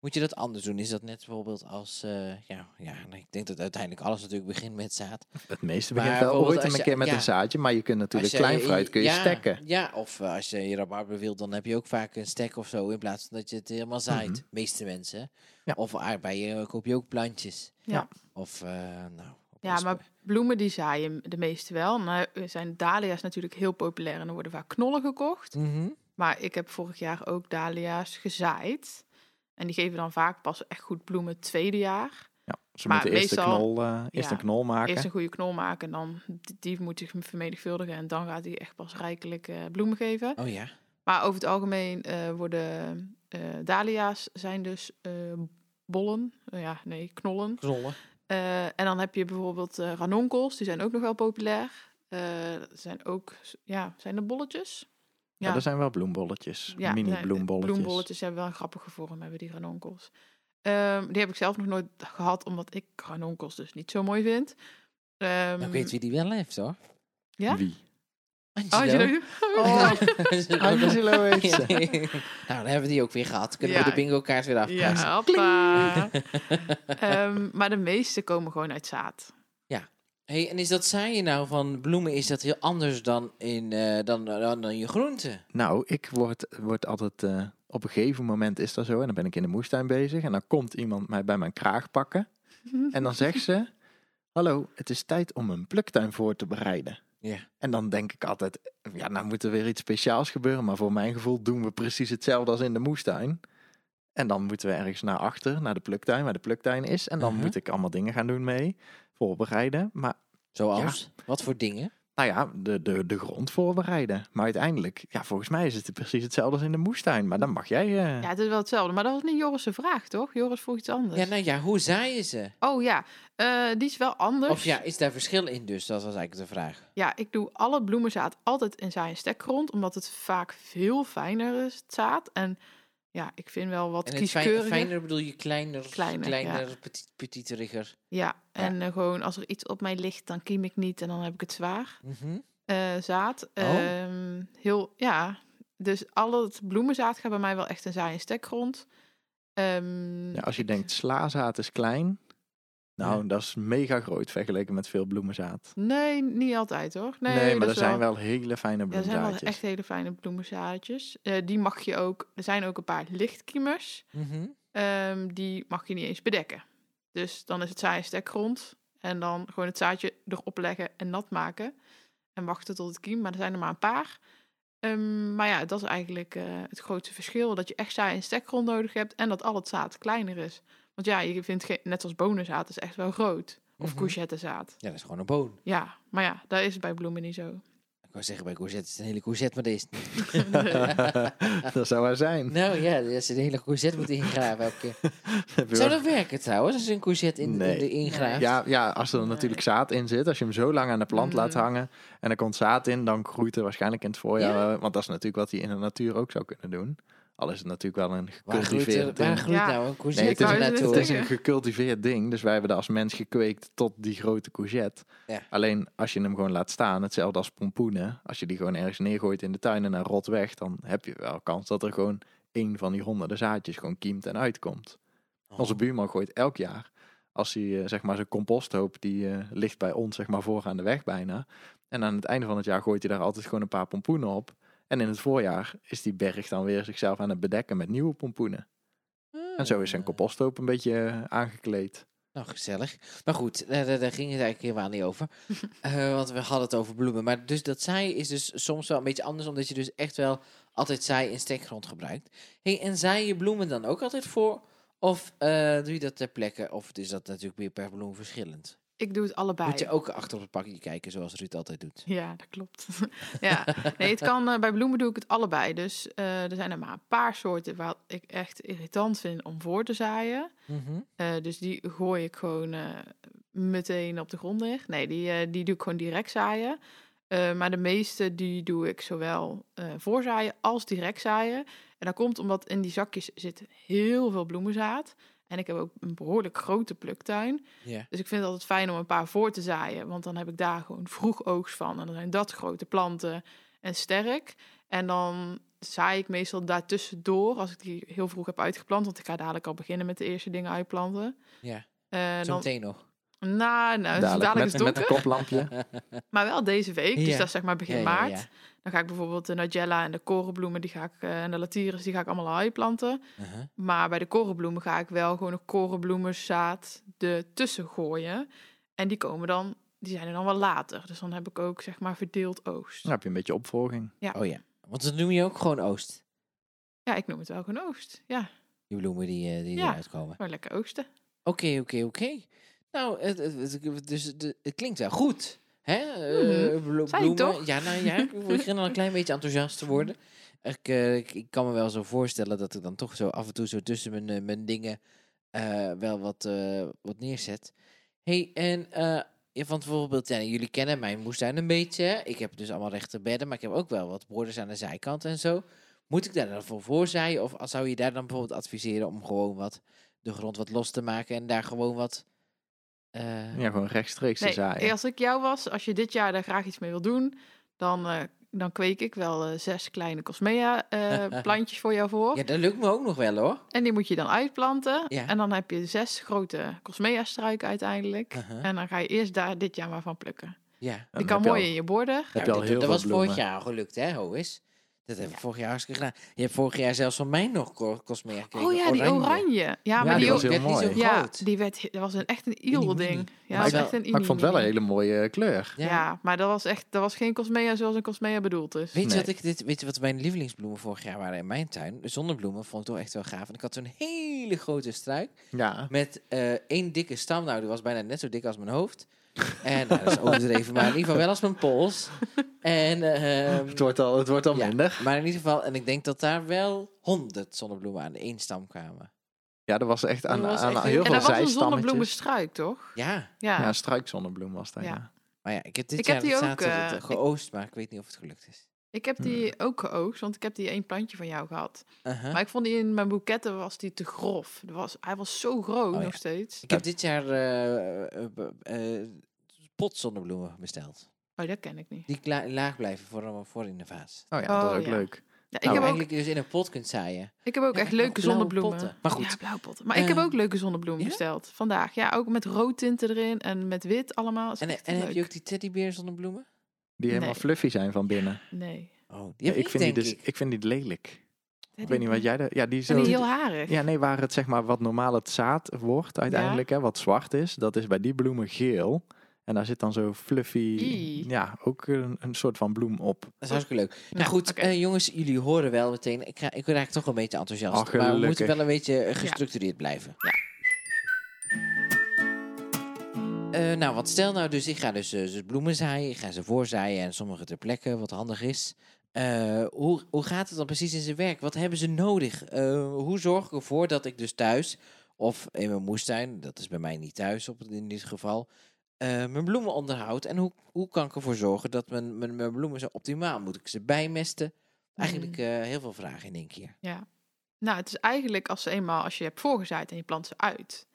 moet je dat anders doen? Is dat net bijvoorbeeld als, eh, ja, ja, nou, ik denk dat uiteindelijk alles natuurlijk begint met zaad. Het meeste Maar begint wel bijvoorbeeld ooit als een je- keer met ja. een zaadje, maar je kunt natuurlijk Als klein eh, fruit kun je ja, stekken. Ja, of eh, als je je rabarber wilt, dan heb je ook vaak een stek of zo. In plaats van dat je het helemaal zaait. Mhm. Meeste mensen. hè. Ja. Of aardbeien eh, koop je ook plantjes. Ja. Of, eh, nou... op Ja, ons- maar bloemen die zaaien de meeste wel. Nou eh, zijn dahlia's natuurlijk heel populair en er worden vaak knollen gekocht. Mhm. Maar ik heb vorig jaar ook dahlia's gezaaid. En die geven dan vaak pas echt goed bloemen het tweede jaar. Ja, ze Maar moeten eerst, de meestal- knol, eh, eerst ja, een knol maken. Eerst een goede knol maken en dan die- die moet zich vermenigvuldigen. En dan gaat hij echt pas rijkelijk eh, bloemen geven. Oh ja. Maar over het algemeen eh, worden eh dahlia's zijn dus eh, bollen. Eh, ja, nee, knollen. Knollen. Eh, en dan heb je bijvoorbeeld eh, ranonkels, die zijn ook nog wel populair. Eh, dat zijn ook, ja, zijn er bolletjes? Ja, er zijn wel bloembolletjes, Ja, mini nee, bloembolletjes. Bloembolletjes hebben wel een grappige vorm, hebben die granonkels. Ehm, die heb ik zelf nog nooit gehad, omdat ik granonkels dus niet zo mooi vind. Ehm, Nou, ik weet wie die wel heeft, hoor. Ja? Wie? Oh, Angelo. *laughs* je- Oh, *laughs* Angelo. *laughs* Angelo heet Ja. ze. nou, dan hebben we die ook weer gehad. Kunnen Ja. we de bingo kaart weer afkrijgen. *laughs* ja, hoppa. Ehm, maar de meeste komen gewoon uit zaad. Hey, en is dat saaien nou van bloemen, is dat heel anders dan, in, eh, dan, dan, dan je groenten? Nou, ik word, word altijd... eh, op een gegeven moment is dat zo. En dan ben ik in de moestuin bezig. En dan komt iemand mij bij mijn kraag pakken. En dan zegt ze... Hallo, het is tijd om een pluktuin voor te bereiden. Ja. En dan denk ik altijd... Ja, nou moet er weer iets speciaals gebeuren. Maar voor mijn gevoel doen we precies hetzelfde als in de moestuin. En dan moeten we ergens naar achter, naar de pluktuin, waar de pluktuin is. En dan Mhm. moet ik allemaal dingen gaan doen mee. Voorbereiden. Maar Zoals? Wat voor dingen? Nou ja, de, de, de grond voorbereiden. Maar uiteindelijk, ja, volgens mij is het precies hetzelfde als in de moestuin. Maar dan mag jij. eh, Ja, het is wel hetzelfde. Maar dat was niet Joris' vraag, toch? Joris vroeg iets anders. Ja, nou ja, hoe zaaien ze? Oh ja, eh, die is wel anders. Of ja, is daar verschil in dus? Dat was eigenlijk de vraag. Ja, ik doe alle bloemenzaad altijd in saai en stekgrond, omdat het vaak veel fijner is, het zaad. En ja, ik vind wel wat En het fijn- kieskeuriger. fijner bedoel je kleiner, Kleiner, kleiner, ja. petit, petiteriger. Ja, en eh, gewoon als er iets op mij ligt, dan kiem ik niet en dan heb ik het zwaar. Mhm. Eh, zaad. Oh. Ehm, heel, ja. Dus al het bloemenzaad gaat bij mij wel echt in saai en stekgrond. Ehm, ja, als je denkt, slazaad is klein. Nou, Ja. dat is mega groot vergeleken met veel bloemenzaad. Nee, niet altijd hoor. Nee, Nee, maar dat er is zijn wel hele fijne Ja, er zijn wel bloemzaadjes. echt hele fijne bloemenzaadjes. Eh, die mag je ook... Er zijn ook een paar lichtkiemers. Mhm. Ehm, die mag je niet eens bedekken. Dus dan is het zaai stekgrond. En dan gewoon het zaadje erop leggen en nat maken. En wachten tot het kiem. Maar er zijn er maar een paar. Ehm, maar ja, dat is eigenlijk eh, het grootste verschil. Dat je echt saai en stekgrond nodig hebt. En dat al het zaad kleiner is. Want ja, je vindt geen, net als bonenzaad is echt wel groot. Of Mhm. courgettezaad. Ja, dat is gewoon een boon. Ja, maar ja, dat is bij bloemen niet zo. Ik wou zeggen, bij courgette is het een hele courgette, maar dat is het niet. *laughs* dat zou waar *laughs* zijn. Nou ja, dat ze een hele courgette moeten ingraven elke keer. Heb je Zou wel- dat werken trouwens, als je een courgette in, in Nee. de ingraaft? ja, ja, als er dan Nee. natuurlijk zaad in zit, als je hem zo lang aan de plant laat Mm. hangen en er komt zaad in, dan groeit er waarschijnlijk in het voorjaar. wel- Want dat is natuurlijk wat hij in de natuur ook zou kunnen doen. Al is het natuurlijk wel een Waar groeit, er, gecultiveerd eh, waar ding. groeit Ja. nou een Nee, het courgette is, wou net naartoe? het is een gecultiveerd ding. Dus wij hebben dat als mens gekweekt tot die grote courgette. Ja. Alleen als je hem gewoon laat staan, hetzelfde als pompoenen. Als je die gewoon ergens neergooit in de tuin en dan rot weg, dan heb je wel kans dat er gewoon één van die honderden zaadjes gewoon kiemt en uitkomt. Onze buurman gooit elk jaar, als hij eh, zeg maar zijn composthoop, die eh, ligt bij ons zeg maar voor aan de weg bijna. En aan het einde van het jaar gooit hij daar altijd gewoon een paar pompoenen op. En in het voorjaar is die berg dan weer zichzelf aan het bedekken met nieuwe pompoenen. En zo is Ah. zijn composthoop een beetje eh, aangekleed. Nou, gezellig. Maar goed, daar, daar- daar ging het eigenlijk helemaal niet *laughs* over. Eh, want we hadden het over bloemen. Maar dus dat zaaien is dus soms wel een beetje anders, omdat je dus echt wel altijd zaai in stekgrond gebruikt. Hey, en zaai je bloemen dan ook altijd voor? Of eh, doe je dat ter plekke? Of is dat natuurlijk weer per bloem verschillend? Ik doe het allebei. Moet je ook achter op het pakje kijken, zoals Ruud altijd doet. Ja, dat klopt. *laughs* ja. Nee, het kan, eh, bij bloemen doe ik het allebei. Dus eh, er zijn er maar een paar soorten waar ik echt irritant vind om voor te zaaien. Mhm. Eh, dus die gooi ik gewoon eh, meteen op de grond neer. Nee, die, eh, die doe ik gewoon direct zaaien. Eh, maar de meeste die doe ik zowel eh, voorzaaien als direct zaaien. En dat komt omdat in die zakjes zit heel veel bloemenzaad. En ik heb ook een behoorlijk grote pluktuin. Ja. Dus ik vind het altijd fijn om een paar voor te zaaien. Want dan heb ik daar gewoon vroeg oogst van. En dan zijn dat grote planten en sterk. En dan zaai ik meestal daartussendoor, als ik die heel vroeg heb uitgeplant. Want ik ga dadelijk al beginnen met de eerste dingen uitplanten. ja. Eh, dan, Zometeen nog. nou, nou, dadelijk, Dadelijk, dadelijk is met, het met een donker. koplampje. *laughs* Maar wel deze week, dus Ja. dat is zeg maar Ja, begin ja, maart. ja. Dan ga ik bijvoorbeeld de Nigella en de korenbloemen die ga ik, eh, en de Latyrus, die ga ik allemaal al uitplanten. Uh-huh. Maar bij de korenbloemen ga ik wel gewoon een korenbloemenzaad ertussen gooien. En die komen dan, die zijn er dan wel later. Dus dan heb ik ook zeg maar verdeeld oogst. Dan Ja, heb je een beetje opvolging. Oh ja. Want dat noem je ook gewoon Oost. ik noem het wel gewoon oogst. Ja, Die bloemen die, eh, die Ja. eruit komen. gewoon lekker oogsten. Oké, oké, oké. Nou, het, het, het- dus, de- het klinkt wel goed. Hè? Mhm. Eh, blo- Zei ik bloemen. toch? Ja, nou ja, ik begin al een klein beetje enthousiast te worden. Ik, eh, ik, ik kan me wel zo voorstellen dat ik dan toch zo af en toe zo tussen mijn, eh, mijn dingen eh, wel wat, eh, wat neerzet. hey, en eh, ja, want bijvoorbeeld, ja, jullie kennen mijn moestuin een beetje. hè. Ik heb dus allemaal rechte bedden, maar ik heb ook wel wat borders aan de zijkant en zo. Moet ik daar dan voor voorzaaien? Of zou je daar dan bijvoorbeeld adviseren om gewoon wat de grond wat los te maken en daar gewoon wat. eh, Ja, gewoon rechtstreeks te zaaien. Nee, als ik jou was, als je dit jaar daar graag iets mee wil doen, dan, eh, dan kweek ik wel eh, zes kleine Cosmea eh, *laughs* plantjes voor jou voor. Ja, dat lukt me ook nog wel hoor. En die moet je dan uitplanten. Ja. En dan heb je zes grote Cosmea-struiken uiteindelijk. Aha. En dan ga je eerst daar dit jaar maar van plukken. Ja. Die Dan kan heb je mooi al- in je border. heb je Ja, al Nou, dat- heel Dat veel was vorig bloemen. jaar al gelukt, hè, Hoes? Dat hebben we vorig jaar hartstikke gedaan. Je hebt vorig jaar zelfs van mij nog ko- kosmea gekregen. Oh ja, die oranje. Ja, maar die die, was o- heel werd niet zo mooi. ja, groot. die werd, he- dat was een, echt een mini. iel-ding. Ja, Maar dat was ik- echt een Maar ik vond het wel een mini-mini. hele mooie eh, kleur. Ja. maar dat was echt, dat was geen Cosmea zoals een Cosmea bedoeld is. Weet, je Nee. wat ik dit, weet je wat mijn lievelingsbloemen vorig jaar waren in mijn tuin? De zonnebloemen vond ik toch echt wel gaaf. En ik had zo'n hele grote struik Ja. met eh, één dikke stam. Nou, die was bijna net zo dik als mijn hoofd. En nou, dat is overdreven, maar in ieder geval wel als mijn pols. En, ehm, Het wordt al, het wordt al ja, minder. maar in ieder geval, en ik denk dat daar wel honderd zonnebloemen aan één stam kwamen. Ja, dat was echt aan, Dat was aan echt heel- heel en veel dat was een zijstammetjes. zonnebloemenstruik, toch? Ja. Ja. Ja, struikszonnebloem was dat, Ja. ja. Maar ja, ik heb dit Ik jaar heb die het ook, zaterdag eh, het, eh, geoost, maar ik weet niet of het gelukt is. Ik heb die ook geoogst, want ik heb die één plantje van jou gehad. Aha. Maar ik vond die in mijn boeketten was die te grof. Die Was, hij was zo groot Oh ja. nog steeds. Ik heb dit jaar eh, eh, eh, eh, potzonnebloemen besteld. Oh, dat ken ik niet. Die kla- laag blijven voor, eh, voor in de vaas. Oh ja, dat Oh, was ook ja. leuk. Ja, Ik ik, heb ook, eigenlijk dus in een pot kunt zaaien. ik heb ook Ja, echt maar leuke blauwe zonnebloemen. potten. Maar goed. Ja, blauwpot. Maar ik heb Eh, ook leuke zonnebloemen ja? besteld vandaag. Ja, ook met roodtinten erin en met wit allemaal. Is En, eh, echt en heb leuk. je ook die teddybeer zonnebloemen? Die helemaal Nee. fluffy zijn van binnen. Nee. Oh, die heb Ja, ik, ik, vind die denk dus, ik. ik vind die lelijk. Ik weet niet wat jij... daar- Ja, die En zo... die heel harig. Ja, nee, waar het zeg maar wat normaal het zaad wordt uiteindelijk, hè, wat zwart is, dat is bij die bloemen geel. En daar zit dan zo fluffy, Ie. ja, ook een, een soort van bloem op. Dat is hartstikke leuk. Ja, nou goed, oké. eh, jongens, jullie horen wel meteen. Ik, ga, ik raak toch een beetje enthousiast. maar Ach, we moeten gelukkig. wel een beetje eh, gestructureerd blijven. Ja. Eh, nou, want stel nou dus, ik ga dus, eh, dus bloemen zaaien, ik ga ze voorzaaien en sommige ter plekke, wat handig is. Eh, hoe, hoe gaat het dan precies in zijn werk? Wat hebben ze nodig? Eh, hoe zorg ik ervoor dat ik dus thuis, of in mijn moestuin, dat is bij mij niet thuis op, in dit geval, eh, mijn bloemen onderhoud? En hoe, hoe kan ik ervoor zorgen dat mijn, mijn, mijn bloemen zo optimaal? Moet ik ze bijmesten? Eigenlijk Mhm. eh, heel veel vragen in één keer. Nou, het is eigenlijk als ze eenmaal, als je hebt voorgezaaid en je plant ze uit,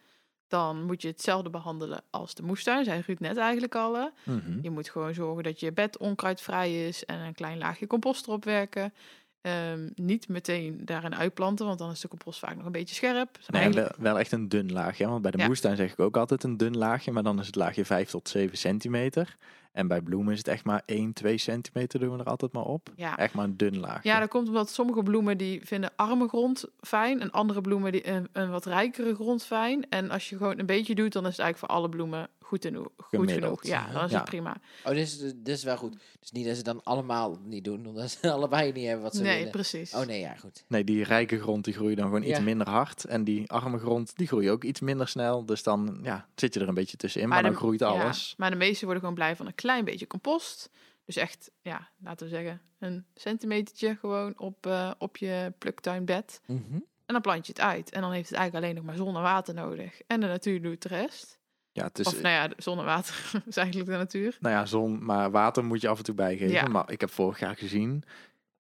dan moet je hetzelfde behandelen als de moestuin, zei Ruud net eigenlijk al. Hm. hè. Mhm. Je moet gewoon zorgen dat je bed onkruidvrij is en een klein laagje compost erop werken. Ehm, niet meteen daarin uitplanten, want dan is de compost vaak nog een beetje scherp. Dus Nee, en eigenlijk- wel, wel echt een dun laagje. hè, Want bij de Ja. moestuin zeg ik ook altijd een dun laagje, maar dan is het laagje 5 tot 7 centimeter. En bij bloemen is het echt maar 1, 2 centimeter doen we er altijd maar op. ja. Echt maar een dun laagje. ja, dat komt omdat sommige bloemen die vinden arme grond fijn en andere bloemen die een, een wat rijkere grond fijn. En als je gewoon een beetje doet, dan is het eigenlijk voor alle bloemen goed, en, goed genoeg. Gemiddeld. Ja, dan is Ja. het prima. Oh, dit is, dit is wel goed. Dus niet dat ze dan allemaal niet doen, omdat ze *laughs* allebei niet hebben wat ze nee, willen. precies. Oh nee, ja, goed. Nee, die rijke grond die groeit dan gewoon iets Ja. minder hard. En die arme grond die groeit ook iets minder snel. Dus dan ja, zit je er een beetje tussenin, maar, de- dan groeit ja, alles. maar de meesten worden gewoon blij van een klein beetje compost. Dus echt, ja, laten we zeggen, een centimetertje gewoon op, eh, op je pluktuinbed. Mhm. En dan plant je het uit. En dan heeft het eigenlijk alleen nog maar zon en water nodig. En de natuur doet de rest. Ja, het is, of nou ja, de zon en water *laughs* is eigenlijk de natuur. nou ja, zon, maar water moet je af en toe bijgeven. Ja. Maar ik heb vorig jaar gezien,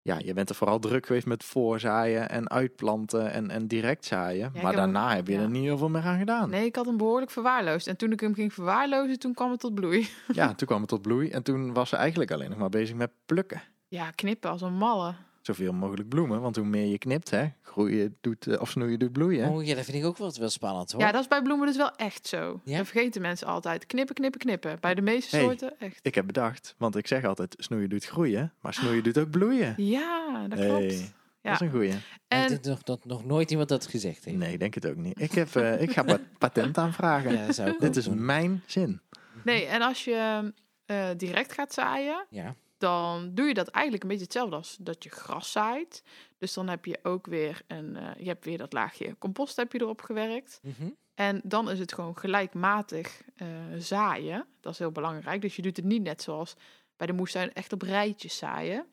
ja, je bent er vooral druk geweest met voorzaaien en uitplanten en, en direct zaaien. ik maar heb daarna heb je ja. er niet heel veel meer aan gedaan. Nee, ik had hem behoorlijk verwaarloosd. En toen ik hem ging verwaarlozen, toen kwam het tot bloei. *laughs* Ja, toen kwam het tot bloei en toen was ze eigenlijk alleen nog maar bezig met plukken. Ja, knippen als een malle. Zoveel mogelijk bloemen, want hoe meer je knipt, hè, groeien doet, eh, of snoeien doet bloeien. Oh ja, dat vind ik ook wel, wel spannend hoor. Ja, dat is bij bloemen dus wel echt zo. Ja? Dat vergeten mensen altijd. Knippen, knippen, knippen. Bij de meeste Hey. soorten echt. Ik heb bedacht, want ik zeg altijd snoeien doet groeien, maar snoeien doet ook bloeien. Ja, dat klopt. Hey, Dat is een goeie. Ik En denk nog, dat nog nooit iemand dat gezegd heeft. Nee, ik denk het ook niet. Ik, heb, eh, ik ga *laughs* pat- patent aanvragen. Ja, dat zou ik ook *laughs* Dit is doen. mijn zin. Nee, en als je eh, direct gaat zaaien, Ja. dan doe je dat eigenlijk een beetje hetzelfde als dat je gras zaait. Dus dan heb je ook weer een, eh, je hebt weer dat laagje compost heb je erop gewerkt. Mhm. En dan is het gewoon gelijkmatig eh, zaaien. Dat is heel belangrijk. Dus je doet het niet net zoals bij de moestuin echt op rijtjes zaaien.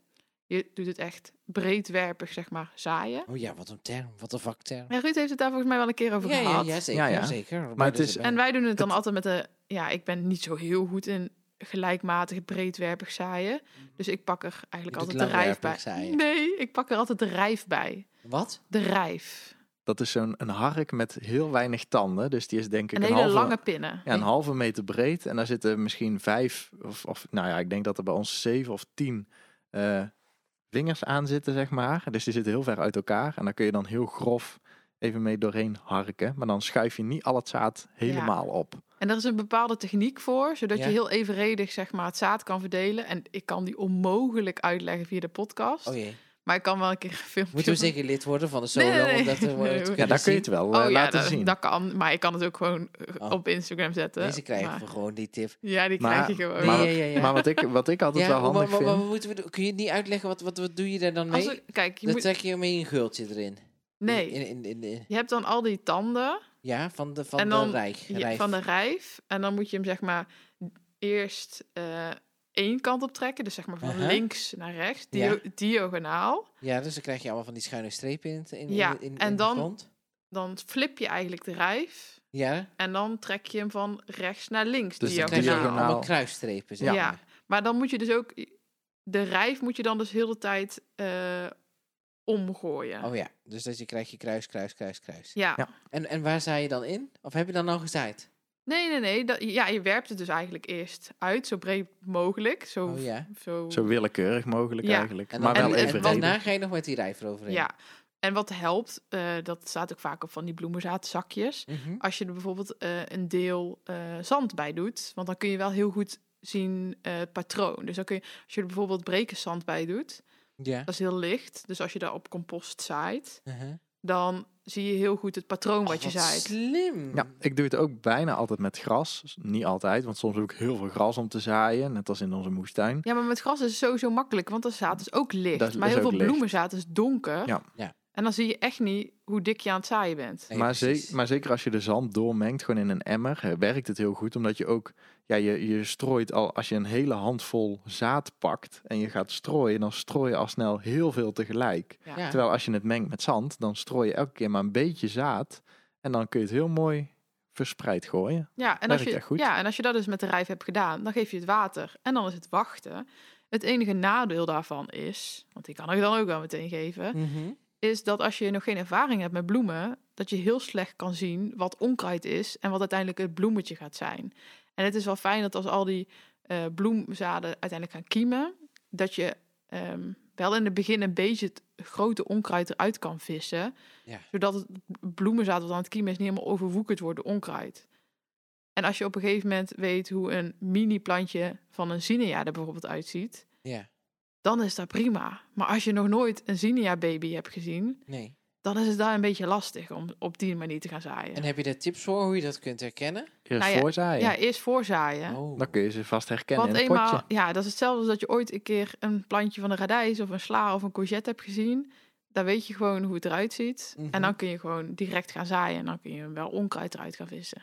Je doet het echt breedwerpig, zeg maar, zaaien. Oh ja, wat een term, wat een vakterm. En Ruud heeft het daar volgens mij wel een keer over Ja, ja, gehad. ja, zeker. Ja, ja. zeker. Maar, het dus- is- En wij doen het dan altijd met een... Ja, ik ben niet zo heel goed in gelijkmatig breedwerpig zaaien. Dus ik pak er eigenlijk Je doet altijd de rijf bij. Mhm. langwerpig zaaien. Nee, ik pak er altijd de rijf bij. Wat? De rijf. Dat is zo'n een hark met heel weinig tanden. Dus die is denk ik En een, hele halve, lange pinnen. ja, een halve meter breed. En daar zitten misschien vijf, of, of nou ja, ik denk dat er bij ons zeven of tien eh, vingers aan zitten, zeg maar. Dus die zitten heel ver uit elkaar. En daar kun je dan heel grof even mee doorheen harken. Maar dan schuif je niet al het zaad helemaal op. En daar is een bepaalde techniek voor, zodat Ja. je heel evenredig zeg maar, het zaad kan verdelen. En ik kan die onmogelijk uitleggen via de podcast. Oh jee. Maar ik kan wel een keer een filmpje... Moeten we *laughs* van- zeker lid worden van de solo? Nee, nee, Om dat te, nee. om dat te Nee, Ja, kunnen daar kun je het zien? wel eh, Oh ja, laten dat, zien. dat kan. Maar ik kan het ook gewoon eh, Oh. op Instagram zetten. Deze krijgen Maar- we gewoon, die tip. Ja, die Maar- krijg je gewoon. Maar, Nee, ja, ja, ja. maar wat, ik, wat ik altijd Ja, wel maar, handig maar- maar vind... wat moeten we doen? Kun je het niet uitleggen? Wat, wat, wat doe je daar dan mee? Als er- kijk, je dan moet- trek je hem in een gultje erin. nee, In, in, in, in- je hebt dan al die tanden ja, van de, van En de dan- rijk. je- rijf. van de rijf. En dan moet je hem zeg maar eerst eh, één kant op trekken. Dus zeg maar van Aha. links naar rechts, Ja. dio- diagonaal. Ja, dus dan krijg je allemaal van die schuine strepen in, het- in, Ja, in, in, en in dan- de grond. Dan flip je eigenlijk de rijf. Ja, En dan trek je hem van rechts naar links, Dus dan dan krijg je diagonaal. diagonaal. allemaal kruisstrepen. Zeg Ja. maar. Maar dan moet je dus ook... De rijf moet je dan dus heel de tijd eh, omgooien. Oh ja, dus dat je krijgt je kruis, kruis, kruis, kruis. Ja. Ja. En, en waar zaai je dan in? Of heb je dan al gezaaid? Nee, nee, nee. Dat, ja, je werpt het dus eigenlijk eerst uit, zo breed mogelijk. Zo, Oh ja. zo, Zo willekeurig mogelijk Ja. eigenlijk. En maar dan- wel en, even en daarna ga je nog met die rijf eroverheen. Ja. En wat helpt, eh, dat staat ook vaak op van die bloemenzaadzakjes. Mhm. Als je er bijvoorbeeld eh, een deel eh, zand bij doet, want dan kun je wel heel goed zien eh, het patroon. Dus dan kun je, als je er bijvoorbeeld brekenszand bij doet, Ja. dat is heel licht. Dus als je daar op compost zaait, Uh-huh. dan zie je heel goed het patroon wat Oh, je zaait. slim. Ja, ik doe het ook bijna altijd met gras. S- Niet altijd, want soms heb ik heel veel gras om te zaaien. Net als in onze moestuin. Ja, maar met gras is het sowieso makkelijk, want dan zaad is ook licht. Dat maar is heel ook veel licht. bloemenzaad is donker. Ja. Ja. En dan zie je echt niet hoe dik je aan het zaaien bent. Nee, maar, ze- precies. maar zeker als je de zand doormengt, gewoon in een emmer, eh, werkt het heel goed. Omdat je ook, ja, je, je strooit al, als je een hele handvol zaad pakt en je gaat strooien, dan strooi je al snel heel veel tegelijk. Ja. Ja. Terwijl als je het mengt met zand, dan strooi je elke keer maar een beetje zaad. En dan kun je het heel mooi verspreid gooien. Ja, en als, Werkt je, echt goed. ja, en als je dat dus met de rijf hebt gedaan, dan geef je het water en dan is het wachten. Het enige nadeel daarvan is, want die kan ik dan ook wel meteen geven, Mhm. is dat als je nog geen ervaring hebt met bloemen, dat je heel slecht kan zien wat onkruid is en wat uiteindelijk het bloemetje gaat zijn. En het is wel fijn dat als al die eh, bloemzaden uiteindelijk gaan kiemen, dat je ehm, wel in het begin een beetje het grote onkruid eruit kan vissen, Ja. zodat het bloemenzaad wat aan het kiemen is niet helemaal overwoekerd wordt door onkruid. En als je op een gegeven moment weet hoe een mini plantje van een zinnia er bijvoorbeeld uitziet, ja. dan is dat prima. Maar als je nog nooit een zinnia baby hebt gezien, Nee. dan is het daar een beetje lastig om op die manier te gaan zaaien. En heb je daar tips voor hoe je dat kunt herkennen? Eerst Nou ja, voorzaaien. ja, eerst voorzaaien. Oh. Dan kun je ze vast herkennen Want in het potje. eenmaal, ja, dat is hetzelfde als dat je ooit een keer een plantje van een radijs of een sla of een courgette hebt gezien. Dan weet je gewoon hoe het eruit ziet. Mhm. En dan kun je gewoon direct gaan zaaien. En dan kun je wel onkruid eruit gaan vissen.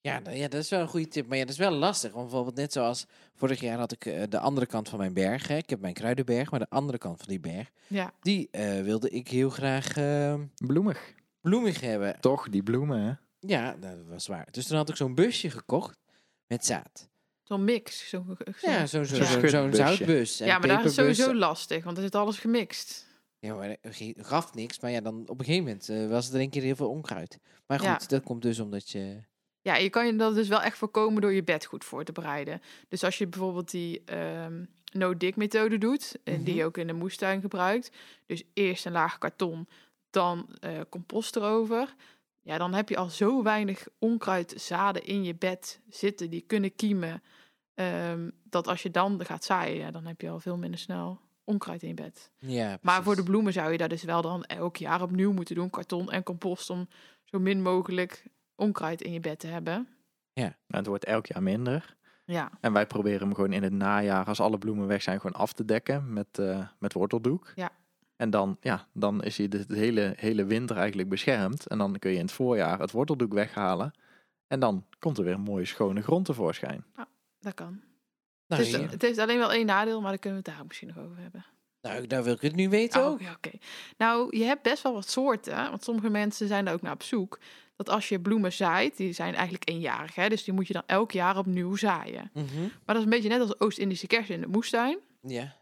Ja, nou ja, dat is wel een goede tip. Maar ja, dat is wel lastig. Want bijvoorbeeld net zoals vorig jaar had ik eh, de andere kant van mijn berg. Hè. Ik heb mijn kruidenberg, maar de andere kant van die berg. Ja. Die eh, wilde ik heel graag eh, Bloemig. bloemig hebben. Toch, die bloemen, hè? Nou, Ja, nou, dat was waar. Dus toen had ik zo'n busje gekocht met zaad. Zo'n mix. Zo'n Ja, zo'n zo, Zo'n zo, zo'n schutbusje. zoutbus. En ja, maar daar is het peperbus. sowieso lastig, want er zit alles gemixt. Ja, maar dat ge- gaf niks. Maar ja, dan op een gegeven moment eh, was er in één keer heel veel onkruid. Maar goed, Ja. dat komt dus omdat je... Ja, je kan je dat dus wel echt voorkomen door je bed goed voor te bereiden. Dus als je bijvoorbeeld die ehm no-dig-methode doet, en die Mhm. je ook in de moestuin gebruikt, dus eerst een laag karton, dan eh, compost erover, ja, dan heb je al zo weinig onkruidzaden in je bed zitten die kunnen kiemen, ehm, dat als je dan gaat zaaien, ja, dan heb je al veel minder snel onkruid in je bed. Ja, Maar voor de precies. bloemen zou je daar dus wel dan elk jaar opnieuw moeten doen. Karton en compost om zo min mogelijk onkruid in je bed te hebben. het wordt elk jaar minder. Ja, En wij proberen hem gewoon in het najaar, als alle bloemen weg zijn, gewoon af te dekken met, eh, met worteldoek. Ja. En dan, ja, dan is hij de de hele, hele winter eigenlijk beschermd. En dan kun je in het voorjaar het worteldoek weghalen. En dan komt er weer een mooie schone grond tevoorschijn. dat kan. Nou, het, zie is, je. het heeft alleen wel één nadeel, maar daar kunnen we het daar ook misschien nog over hebben. nou, nou wil ik het nu weten ook. Oh, ja, oké. Nou, je hebt best wel wat soorten, hè, want sommige mensen zijn daar ook naar op zoek. Dat als je bloemen zaait, die zijn eigenlijk eenjarig, hè, dus die moet je dan elk jaar opnieuw zaaien. Mhm. Maar dat is een beetje net als Oost-Indische kersen in de moestuin. Ja.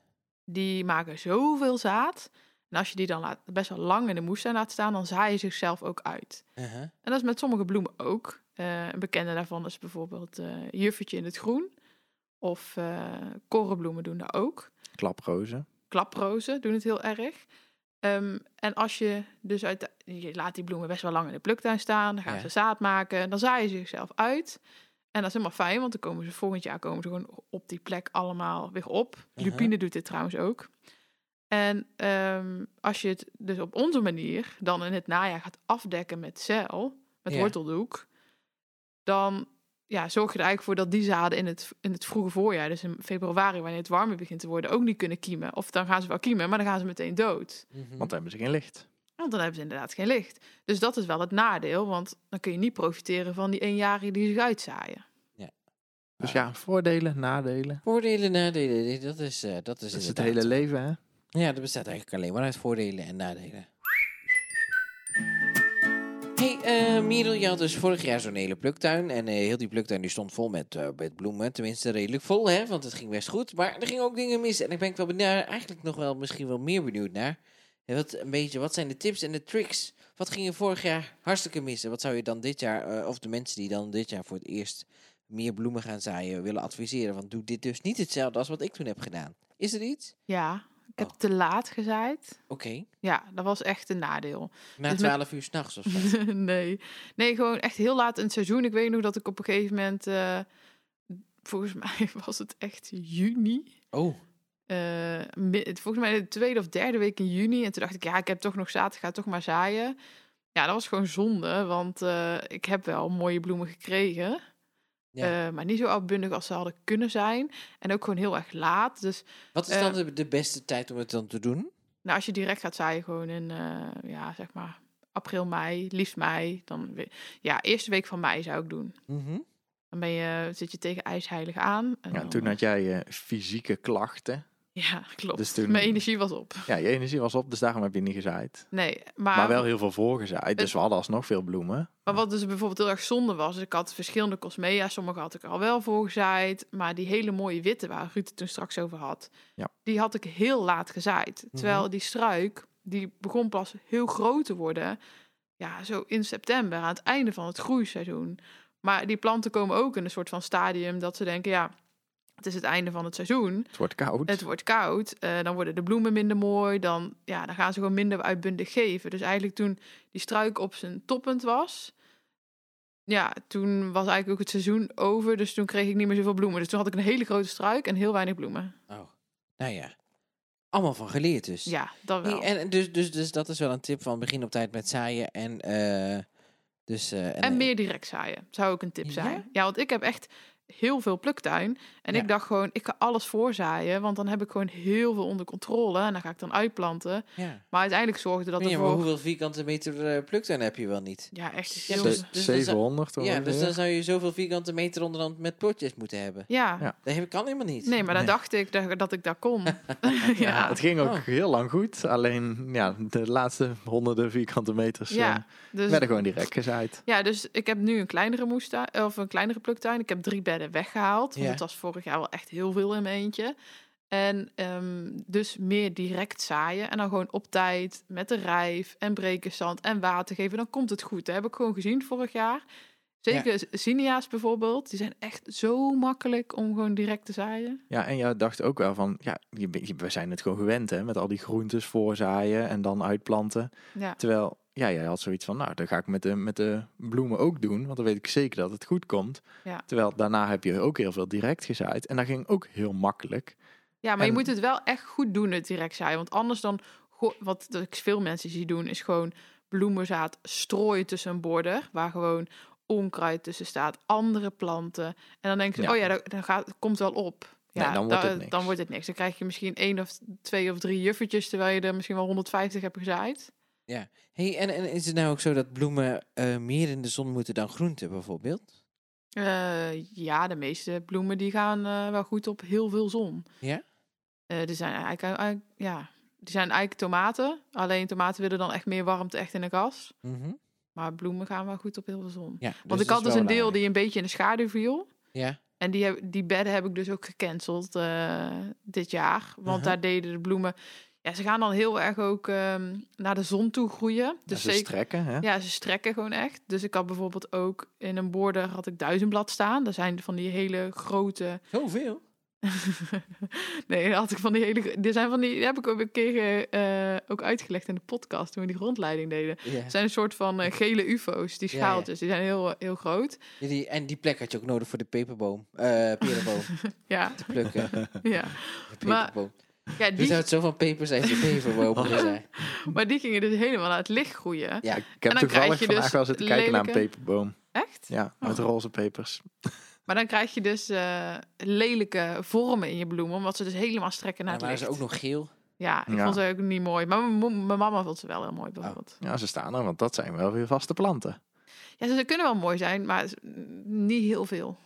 die maken zoveel zaad. En als je die dan laat, best wel lang in de moestuin laat staan, dan zaaien ze zichzelf ook uit. Uh-huh. En dat is met sommige bloemen ook. Eh, een bekende daarvan is bijvoorbeeld eh juffertje in het groen. Of eh, korenbloemen doen dat ook. Klaprozen. Klaprozen doen het heel erg. Ehm, en als je dus uit... Je laat die bloemen best wel lang in de pluktuin staan. Dan gaan Ja. ze zaad maken. Dan zaaien ze zichzelf uit. En dat is helemaal fijn, want dan komen ze volgend jaar komen ze gewoon op die plek allemaal weer op. Aha. Lupine doet dit trouwens ook. En ehm, als je het dus op onze manier dan in het najaar gaat afdekken met zeil, met Ja. worteldoek, dan ja, zorg je er eigenlijk voor dat die zaden in het, in het vroege voorjaar, dus in februari, wanneer het warmer begint te worden, ook niet kunnen kiemen. Of dan gaan ze wel kiemen, maar dan gaan ze meteen dood. Mhm. Want dan hebben ze geen licht. Want dan hebben ze inderdaad geen licht. Dus dat is wel het nadeel, want dan kun je niet profiteren van die eenjarige die zich uitzaaien. Dus ja, voordelen, nadelen. Voordelen, nadelen, dat is, eh, dat is Dat is het inderdaad- hele leven, hè? Ja, dat bestaat eigenlijk alleen maar uit voordelen en nadelen. Hey, eh Merel, je had dus vorig jaar zo'n hele pluktuin. En eh, heel die pluktuin die stond vol met, eh, met bloemen. Tenminste, redelijk vol, hè? Want het ging best goed. Maar er gingen ook dingen mis. En ik ben ik wel benieuwd, eigenlijk nog wel misschien wel meer benieuwd naar. Eh, Wat, een beetje, wat zijn de tips en de tricks? Wat ging je vorig jaar hartstikke mis? En wat zou je dan dit jaar, eh, of de mensen die dan dit jaar voor het eerst meer bloemen gaan zaaien, willen adviseren? Want doe dit dus niet hetzelfde als wat ik toen heb gedaan. Is er iets? Ja, ik heb Oh. te laat gezaaid. Oké. Ja, dat was echt een nadeel. Na Dus met- 12 uur s'nachts of *laughs* zo. nee. nee, gewoon echt heel laat in het seizoen. Ik weet nog dat ik op een gegeven moment, eh, volgens *laughs* mij was het echt juni. Oh, Eh, mi- het- volgens mij de tweede of derde week in juni. En toen dacht ik, ja, ik heb toch nog zaad, ik ga toch maar zaaien. Ja, dat was gewoon zonde, want eh, ik heb wel mooie bloemen gekregen. Ja. Eh, maar niet zo uitbundig als ze hadden kunnen zijn. En ook gewoon heel erg laat. Dus wat is dan Eh. de- de beste tijd om het dan te doen? nou, als je direct gaat zaaien, gewoon in, eh, ja, zeg maar, april, mei, liefst mei. Dan, we- ja, eerste week van mei zou ik doen. Mhm. Dan ben je, zit je tegen ijsheilig aan. En Ja, dan- toen had jij eh, fysieke klachten. *laughs* Ja, klopt. Dus toen- Mijn energie was op. Ja, je energie was op, dus daarom heb je niet gezaaid. Nee, Maar wel heel veel voorgezaaid, dus Het- we hadden alsnog veel bloemen. Maar wat dus bijvoorbeeld heel erg zonde was, is ik had verschillende cosmea, sommige had ik er al wel voor gezaaid, maar die hele mooie witte waar Ruud het toen straks over had, Ja. die had ik heel laat gezaaid. Terwijl die struik, die begon pas heel groot te worden, ja, zo in september, aan het einde van het groeiseizoen. Maar die planten komen ook in een soort van stadium dat ze denken, ja, het is het einde van het seizoen. Het wordt koud. Het wordt koud, eh, dan worden de bloemen minder mooi, dan, ja, dan gaan ze gewoon minder uitbundig geven. Dus eigenlijk toen die struik op zijn toppunt was, ja, toen was eigenlijk ook het seizoen over, dus toen kreeg ik niet meer zoveel bloemen. Dus toen had ik een hele grote struik en heel weinig bloemen. Oh, nou ja. Allemaal van geleerd dus. Ja, dat Hey, wel. en en dus, dus, dus dat is wel een tip van begin op tijd met zaaien en... eh dus, eh, En meer direct zaaien, zou ook een tip Ja? zijn. Ja, want ik heb echt heel veel pluktuin. En Ja. ik dacht gewoon, ik ga alles voorzaaien, want dan heb ik gewoon heel veel onder controle. En dan ga ik dan uitplanten. Ja, Maar uiteindelijk zorgde dat ja maar ervoor... hoeveel vierkante meter eh, pluktuin heb je wel niet? Ja, echt Ja, heel... dus- Ze- dus dan zou- 700 ja, dus ongeveer. dan zou je zoveel vierkante meter onderhand met plotjes moeten hebben. Ja, Ja. Dat heb- kan helemaal niet. Nee, maar dan Nee. dacht ik dat, dat ik dat kon. *laughs* ja, Ja, ja, het ging ook Oh. heel lang goed. Alleen ja, de laatste honderden vierkante meters eh, dus, werden gewoon direct gezaaid. ja, dus ik heb nu een kleinere moestuin, of een kleinere pluktuin. Ik heb drie bedden werden weggehaald. Want Ja. het was vorig jaar wel echt heel veel in mijn eentje. En ehm, dus meer direct zaaien. En dan gewoon op tijd met de rijf en brekersand en water geven. Dan komt het goed. Dat heb ik gewoon gezien vorig jaar. Zeker zinnia's bijvoorbeeld. Die zijn echt zo makkelijk om gewoon direct te zaaien. Ja, en jij dacht ook wel van, ja, je, je- we zijn het gewoon gewend, hè, met al die groentes voorzaaien en dan uitplanten. Ja. Terwijl, ja, jij had zoiets van, nou, dat ga ik met de, met de bloemen ook doen, want dan weet ik zeker dat het goed komt. Ja. Terwijl daarna heb je ook heel veel direct gezaaid en dat ging ook heel makkelijk. Ja, maar je En- moet het wel echt goed doen, het direct zaaien. Want anders dan, go- wat ik veel mensen zie doen, is gewoon bloemenzaad strooien tussen een border. Waar gewoon onkruid tussen staat, andere planten. En dan denken ze, Ja. oh ja, dat, dat gaat, komt wel op. Ja, Nee, dan wordt da- het niks. dan wordt het niks. Dan krijg je misschien één of twee of drie juffertjes, terwijl je er misschien wel 150 hebt gezaaid. Hey, en, en is het nou ook zo dat bloemen eh, meer in de zon moeten dan groenten bijvoorbeeld? Eh, ja, de meeste bloemen die gaan eh, wel goed op heel veel zon. Ja? Eh, er zijn eigenlijk, eigenlijk- ja, er zijn eigenlijk tomaten. Alleen tomaten willen dan echt meer warmte echt in de kas. Mhm. Maar bloemen gaan wel goed op heel veel zon. ja Want dat ik had is dus wel een deel belangrijk. die een beetje in de schaduw viel. Ja, En die, heb, die bedden heb ik dus ook gecanceld eh, dit jaar. Want Mhm. daar deden de bloemen... Ja, ze gaan dan heel erg ook ehm, naar de zon toe groeien. Dus Dus ze zeker, strekken, hè? ja, ze strekken gewoon echt. Dus ik had bijvoorbeeld ook in een border had ik duizendblad staan. Daar zijn van die hele grote... *laughs* zoveel. nee, daar had ik van die hele... Er zijn van die, die heb ik ook een keer eh, ook uitgelegd in de podcast toen we die rondleiding deden. Ja. Het zijn een soort van eh, gele ufo's, die Ja, schaaltjes. ja. Die zijn heel, heel groot. Ja, die, en die plek had je ook nodig voor de peperboom. eh *laughs* perenboom Ja, te plukken. ja. De Maar Oh. peperboom. Ja, Wie zou die, het zo van pepers en de peperboom moeten *laughs* zijn? maar die gingen dus helemaal naar het licht groeien. Ja, Ik heb En dan toevallig krijg je vandaag dus wel zitten kijken naar een lelijke- Oh. peperboom. Echt? Ja, met roze pepers. Maar dan krijg je dus eh, lelijke vormen in je bloemen, omdat ze dus helemaal strekken naar dan het waren licht. ze ook nog geel. Ja, ik Ja. vond ze ook niet mooi. Maar mijn mo- mijn mama vond ze wel heel mooi, bijvoorbeeld. Ja, ze staan er, want dat zijn wel weer vaste planten. Ja, ze, ze kunnen wel mooi zijn, maar ze- niet heel veel.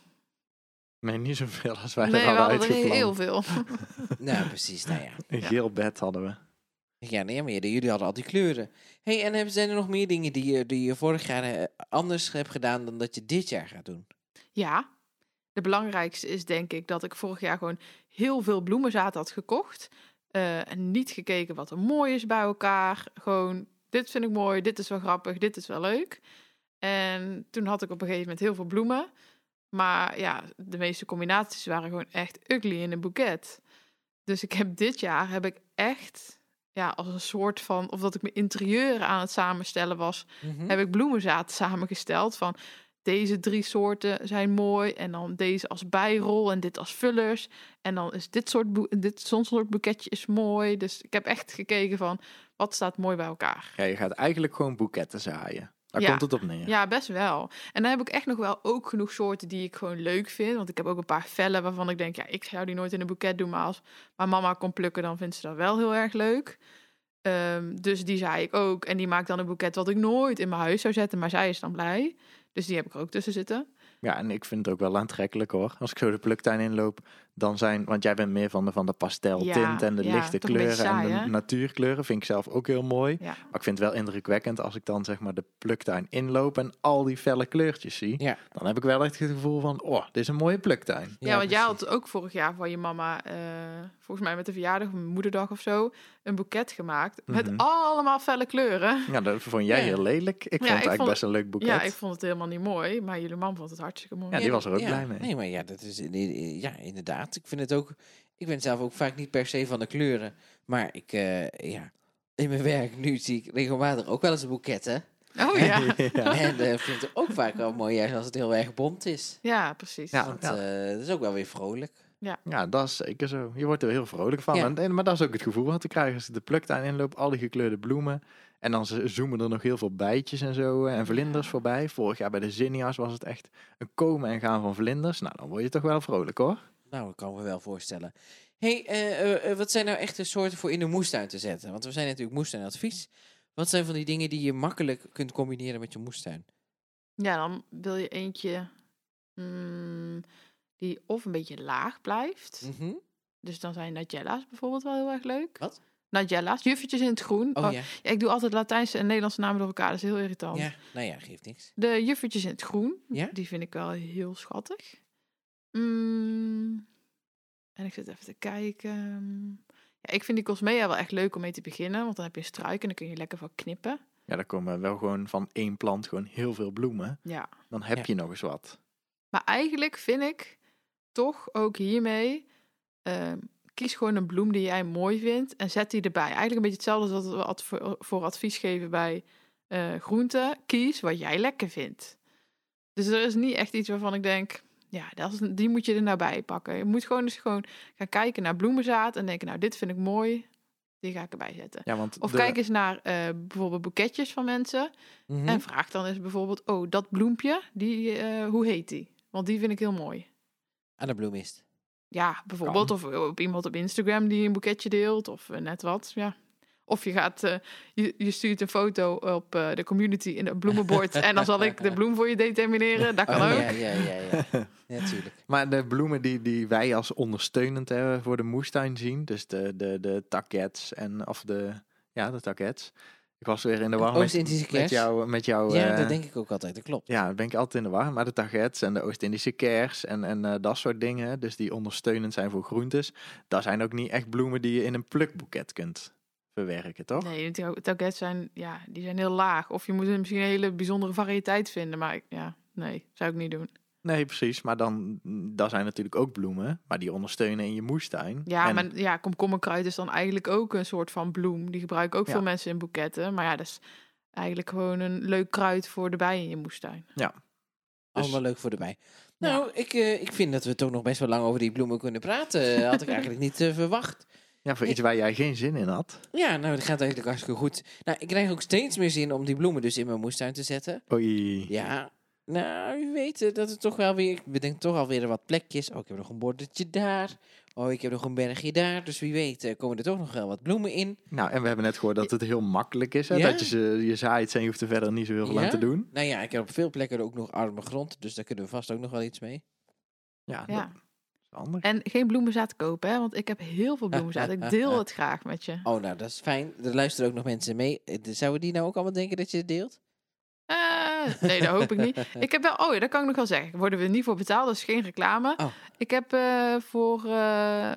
Nee, niet zoveel als wij nee, er we hadden hadden er heel uitgeplant. veel. nou, precies. Nou ja. Een geel bed hadden we. Ja, nee, maar jullie hadden al die kleuren. hey, en hebben- zijn er nog meer dingen die je, die je vorig jaar eh, anders hebt gedaan dan dat je dit jaar gaat doen? Ja. De belangrijkste is denk ik dat ik vorig jaar gewoon heel veel bloemenzaad had gekocht. Eh, en niet gekeken wat er mooi is bij elkaar. Gewoon, dit vind ik mooi, dit is wel grappig, dit is wel leuk. En toen had ik op een gegeven moment heel veel bloemen. Maar ja, de meeste combinaties waren gewoon echt ugly in een boeket. Dus ik heb dit jaar heb ik echt, ja, als een soort van, of dat ik mijn interieur aan het samenstellen was, Mhm. heb ik bloemenzaad samengesteld van deze drie soorten zijn mooi en dan deze als bijrol en dit als vullers en dan is dit soort boe- dit zo'n soort boeketje is mooi. Dus ik heb echt gekeken van wat staat mooi bij elkaar. Ja, je gaat eigenlijk gewoon boeketten zaaien. Daar Ja. komt het op neer. Ja, best wel. En dan heb ik echt nog wel ook genoeg soorten die ik gewoon leuk vind. Want ik heb ook een paar vellen waarvan ik denk, ja, ik zou die nooit in een boeket doen. Maar als mijn mama kon plukken, dan vindt ze dat wel heel erg leuk. Ehm, dus die zei ik ook. En die maakt dan een boeket wat ik nooit in mijn huis zou zetten. Maar zij is dan blij. Dus die heb ik er ook tussen zitten. Ja, en ik vind het ook wel aantrekkelijk hoor. Als ik zo de pluktuin inloop, dan zijn... Want jij bent meer van de, van de pasteltint Ja, en de ja, lichte toch een kleuren beetje saai, en de hè? natuurkleuren. Vind ik zelf ook heel mooi. Ja. Maar ik vind het wel indrukwekkend als ik dan zeg maar de pluktuin inloop en al die felle kleurtjes zie. Ja. Dan heb ik wel echt het gevoel van, oh, dit is een mooie pluktuin. Ja, want jij precies. had ook vorig jaar van je mama, eh, volgens mij met de verjaardag of moederdag of zo, een boeket gemaakt Mhm. met allemaal felle kleuren. Ja, dat vond jij Ja. heel lelijk. Ik vond het ik eigenlijk vond- best een leuk boeket. Ja, ik vond het helemaal niet mooi, maar jullie man vond het hartstikke mooi. Ja, die was er ook ja. blij mee. Nee, maar ja, dat is ja, inderdaad. Ik vind het ook. Ik ben zelf ook vaak niet per se van de kleuren. Maar ik, eh, ja, in mijn werk nu zie ik regelmatig ook wel eens boeketten. Oh ja. ja. *laughs* En eh, vind het ook vaak wel mooi juist als het heel erg bont is. Ja, precies. Ja. Want eh, dat is ook wel weer vrolijk. Ja, dat is zeker zo. Je wordt er heel vrolijk van. Ja. En- En, maar dat is ook het gevoel wat te krijgen als ik de pluktuin inloop. Al die gekleurde bloemen. En dan z- zoomen er nog heel veel bijtjes en zo. eh, En vlinders voorbij. Vorig jaar bij de zinnia's was het echt een komen en gaan van vlinders. Nou, dan word je toch wel vrolijk hoor. Nou, dat kan me wel voorstellen. hey, eh, eh, eh, wat zijn nou echt de soorten voor in de moestuin te zetten? Want we zijn natuurlijk moestuinadvies. Wat zijn van die dingen die je makkelijk kunt combineren met je moestuin? Ja, dan wil je eentje mm, die of een beetje laag blijft. Mhm. Dus dan zijn Nagella's bijvoorbeeld wel heel erg leuk. Wat? Nagella's, juffertjes in het groen. Oh Oh, ja. ja, ik doe altijd Latijnse en Nederlandse namen door elkaar, dat is heel irritant. ja, nou ja, geeft niks. De juffertjes in het groen, Ja? die vind ik wel heel schattig. Mm. En ik zit even te kijken. Ja, ik vind die Cosmea wel echt leuk om mee te beginnen. Want dan heb je een struik en dan kun je lekker van knippen. Ja, daar komen wel gewoon van één plant gewoon heel veel bloemen. Ja. Dan heb Ja. je nog eens wat. Maar eigenlijk vind ik toch ook hiermee... ehm, kies gewoon een bloem die jij mooi vindt en zet die erbij. Eigenlijk een beetje hetzelfde als wat we adv- voor, advies geven bij eh groenten. Kies wat jij lekker vindt. Dus er is niet echt iets waarvan ik denk... Ja, dat is, die moet je er nou bij pakken. Je moet gewoon eens gewoon gaan kijken naar bloemenzaad en denken... Nou, dit vind ik mooi, die ga ik erbij zetten. Ja, want Of de- kijk eens naar eh, bijvoorbeeld boeketjes van mensen. Mhm. En vraag dan eens bijvoorbeeld, oh, dat bloempje, die, eh, hoe heet die? Want die vind ik heel mooi. Aan de bloemist. Ja, bijvoorbeeld. Of eh, op iemand op Instagram die een boeketje deelt, of eh, net wat, ja. Of je, gaat, eh, je, je stuurt een foto op eh, de community in een bloemenbord... en dan zal ik de bloem voor je determineren. Dat kan Oh, ook. ja, ja, ja, *laughs* ja. Natuurlijk. Maar de bloemen die, die wij als ondersteunend hebben voor de moestuin zien, dus de, de, de takets en of de, ja, de takets. Ik was weer in de war met, Oost-Indische met kers. jou, met jou. ja, eh, dat denk ik ook altijd. Dat klopt. Ja, daar ben ik altijd in de war. Maar de targets en de Oost-Indische kers en, en eh, dat soort dingen, dus die ondersteunend zijn voor groentes, dat zijn ook niet echt bloemen die je in een plukboeket kunt verwerken, toch? Nee, natuurlijk, targets zijn, ja, die zijn heel laag. Of je moet er misschien een hele bijzondere variëteit vinden. Maar ik- ja, nee, zou ik niet doen. Nee, precies. Maar dan, dat zijn natuurlijk ook bloemen, maar die ondersteunen in je moestuin. Ja, En- maar ja, komkommerkruid is dan eigenlijk ook een soort van bloem. Die gebruiken ook Ja. veel mensen in boeketten. Maar ja, dat is eigenlijk gewoon een leuk kruid voor de bijen in je moestuin. Dus- Allemaal leuk voor de bij. Nou, ik, eh, ik vind dat we toch nog best wel lang over die bloemen kunnen praten. Had ik eigenlijk niet eh, verwacht. Ja, voor iets waar jij geen zin in had. Ja, nou, dat gaat eigenlijk hartstikke goed. Nou, ik krijg ook steeds meer zin om die bloemen dus in mijn moestuin te zetten. Oei. Ja, nou, u weet eh, dat het toch wel weer... Ik bedenk toch alweer wat plekjes. Oh, ik heb nog een bordertje daar. Oh, ik heb nog een bergje daar. Dus wie weet eh, komen er toch nog wel wat bloemen in. Nou, en we hebben net gehoord dat het heel makkelijk is. Hè? Ja. Dat je ze, je zaait en je hoeft er verder niet zo heel veel Ja. aan te doen. Nou ja, ik heb op veel plekken ook nog arme grond. Dus daar kunnen we vast ook nog wel iets mee. Ja, dat Ja. is handig. En geen bloemenzaad kopen, hè? want ik heb heel veel bloemenzaad. *laughs* Ik deel het graag met je. Oh, nou, dat is fijn. Er luisteren ook nog mensen mee. Eh, Zouden die nou ook allemaal denken dat je het deelt? Eh, nee, dat hoop ik niet. Ik heb wel, oh ja, dat kan ik nog wel zeggen. Worden we niet voor betaald, dus geen reclame. Oh. Ik heb eh, voor, eh,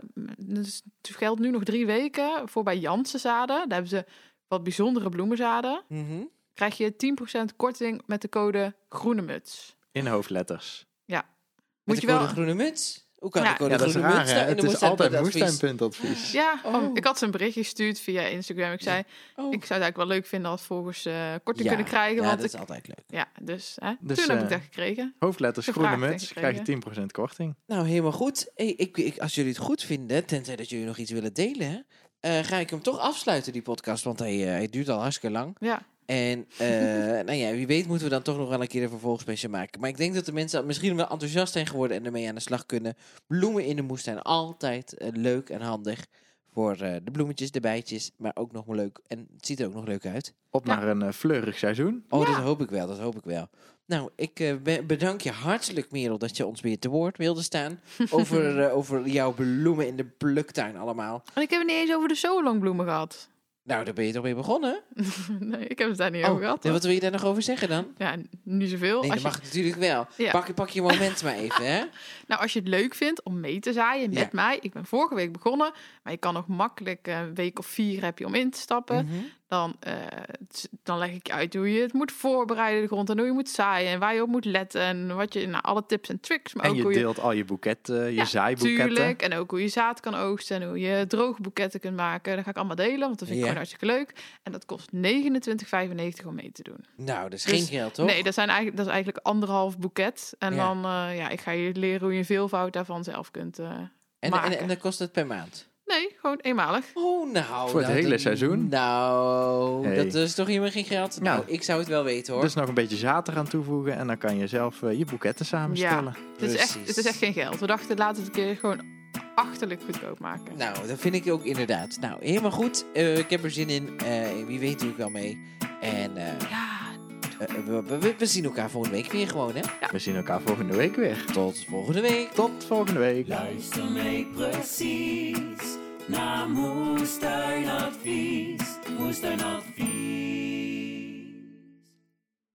dus het geldt nu nog drie weken, voor bij Janssen zaden. Daar hebben ze wat bijzondere bloemenzaden. Mhm. Krijg je 10% korting met de code groene muts. In hoofdletters. Moet Moet je je wel... wel- groene muts? Hoe kan Ja. ik Oh, de code Ja, dat is groene raar. muts hè? nou in Het de is moestuin altijd met advies? *laughs* moestuinpuntadvies. Ja, Oh. want ik had ze een berichtje gestuurd via Instagram. Ik zei, Oh. ik zou het eigenlijk wel leuk vinden als volgers eh korting Ja, kunnen krijgen. Ja, want dat is ik- altijd leuk. ja dus, hè. Dus, toen heb eh, ik dat gekregen. Hoofdletters, De groene vraag muts, krijg tegenkrijgen. je 10% korting. Nou, helemaal goed. Hey, ik, ik, als jullie het goed vinden, tenzij dat jullie nog iets willen delen... hè, eh, ga ik hem toch afsluiten, die podcast, want hij, eh, hij duurt al hartstikke lang. Ja, En eh, nou ja, wie weet moeten we dan toch nog wel een keer een vervolgspecial maken. Maar ik denk dat de mensen misschien wel enthousiast zijn geworden en ermee aan de slag kunnen. Bloemen in de moestuin, altijd eh, leuk en handig. Voor eh, de bloemetjes, de bijtjes, maar ook nog maar leuk. En het ziet er ook nog leuk uit. Op Ja. naar een eh, fleurig seizoen. Oh, Ja. dat hoop ik wel, dat hoop ik wel. Nou, ik eh, be- bedank je hartelijk, Merel, dat je ons weer te woord wilde *laughs* staan. Over, eh, over jouw bloemen in de pluktuin allemaal. en ik heb het niet eens over de Solongbloemen gehad. Nou, daar ben je toch mee begonnen? *laughs* nee, ik heb het daar niet Oh, over gehad. nee, wat wil je daar nog over zeggen dan? Ja, niet zoveel. Nee, Oh, als dat je, mag natuurlijk wel. Ja. Pak, je- pak je moment maar even, *laughs* hè? Nou, als je het leuk vindt om mee te zaaien met Ja. mij. Ik ben vorige week begonnen, maar je kan nog makkelijk eh, een week of vier heb je om in te stappen. Mhm. Dan, eh, t- dan leg ik je uit hoe je het moet voorbereiden, de grond. En hoe je moet zaaien en waar je op moet letten. En wat je, nou, alle tips en tricks. Maar En ook je hoe je deelt al je boeketten, eh, je Ja, zaaiboeketten. Tuurlijk, en ook hoe je zaad kan oogsten en hoe je droge boeketten kunt maken. Dat ga ik allemaal delen, want dat vind ik Ja. gewoon hartstikke leuk. En dat kost 29,95 om mee te doen. Nou, dat is Dus- geen geld, toch? Nee, dat, zijn eigenlijk, dat is eigenlijk anderhalf boeket. En Ja. dan, eh, ja, ik ga je leren hoe je een veelvoud daarvan zelf kunt... eh, en, en, maken. en dan kost het per maand. nee, gewoon eenmalig. Oh, nou. Voor het nou, hele dat- seizoen? Nou, Hey. dat is toch helemaal geen geld? Nou, ik zou het wel weten, hoor. Dus nog een beetje zaad eraan toevoegen en dan kan je zelf eh, je boeketten samenstellen. Het is, echt, Precies. het is echt geen geld. We dachten, laten we het een keer gewoon achterlijk goedkoop maken. Nou, dat vind ik ook inderdaad. Nou, helemaal goed. Eh, ik heb er zin in. Eh, wie weet doe ik wel mee. En eh, Ja, eh, we, we, we zien elkaar volgende week weer gewoon, hè. We zien elkaar volgende week weer. Tot volgende week. Tot volgende week. Luister mee precies naar moestuinadvies, moestuinadvies.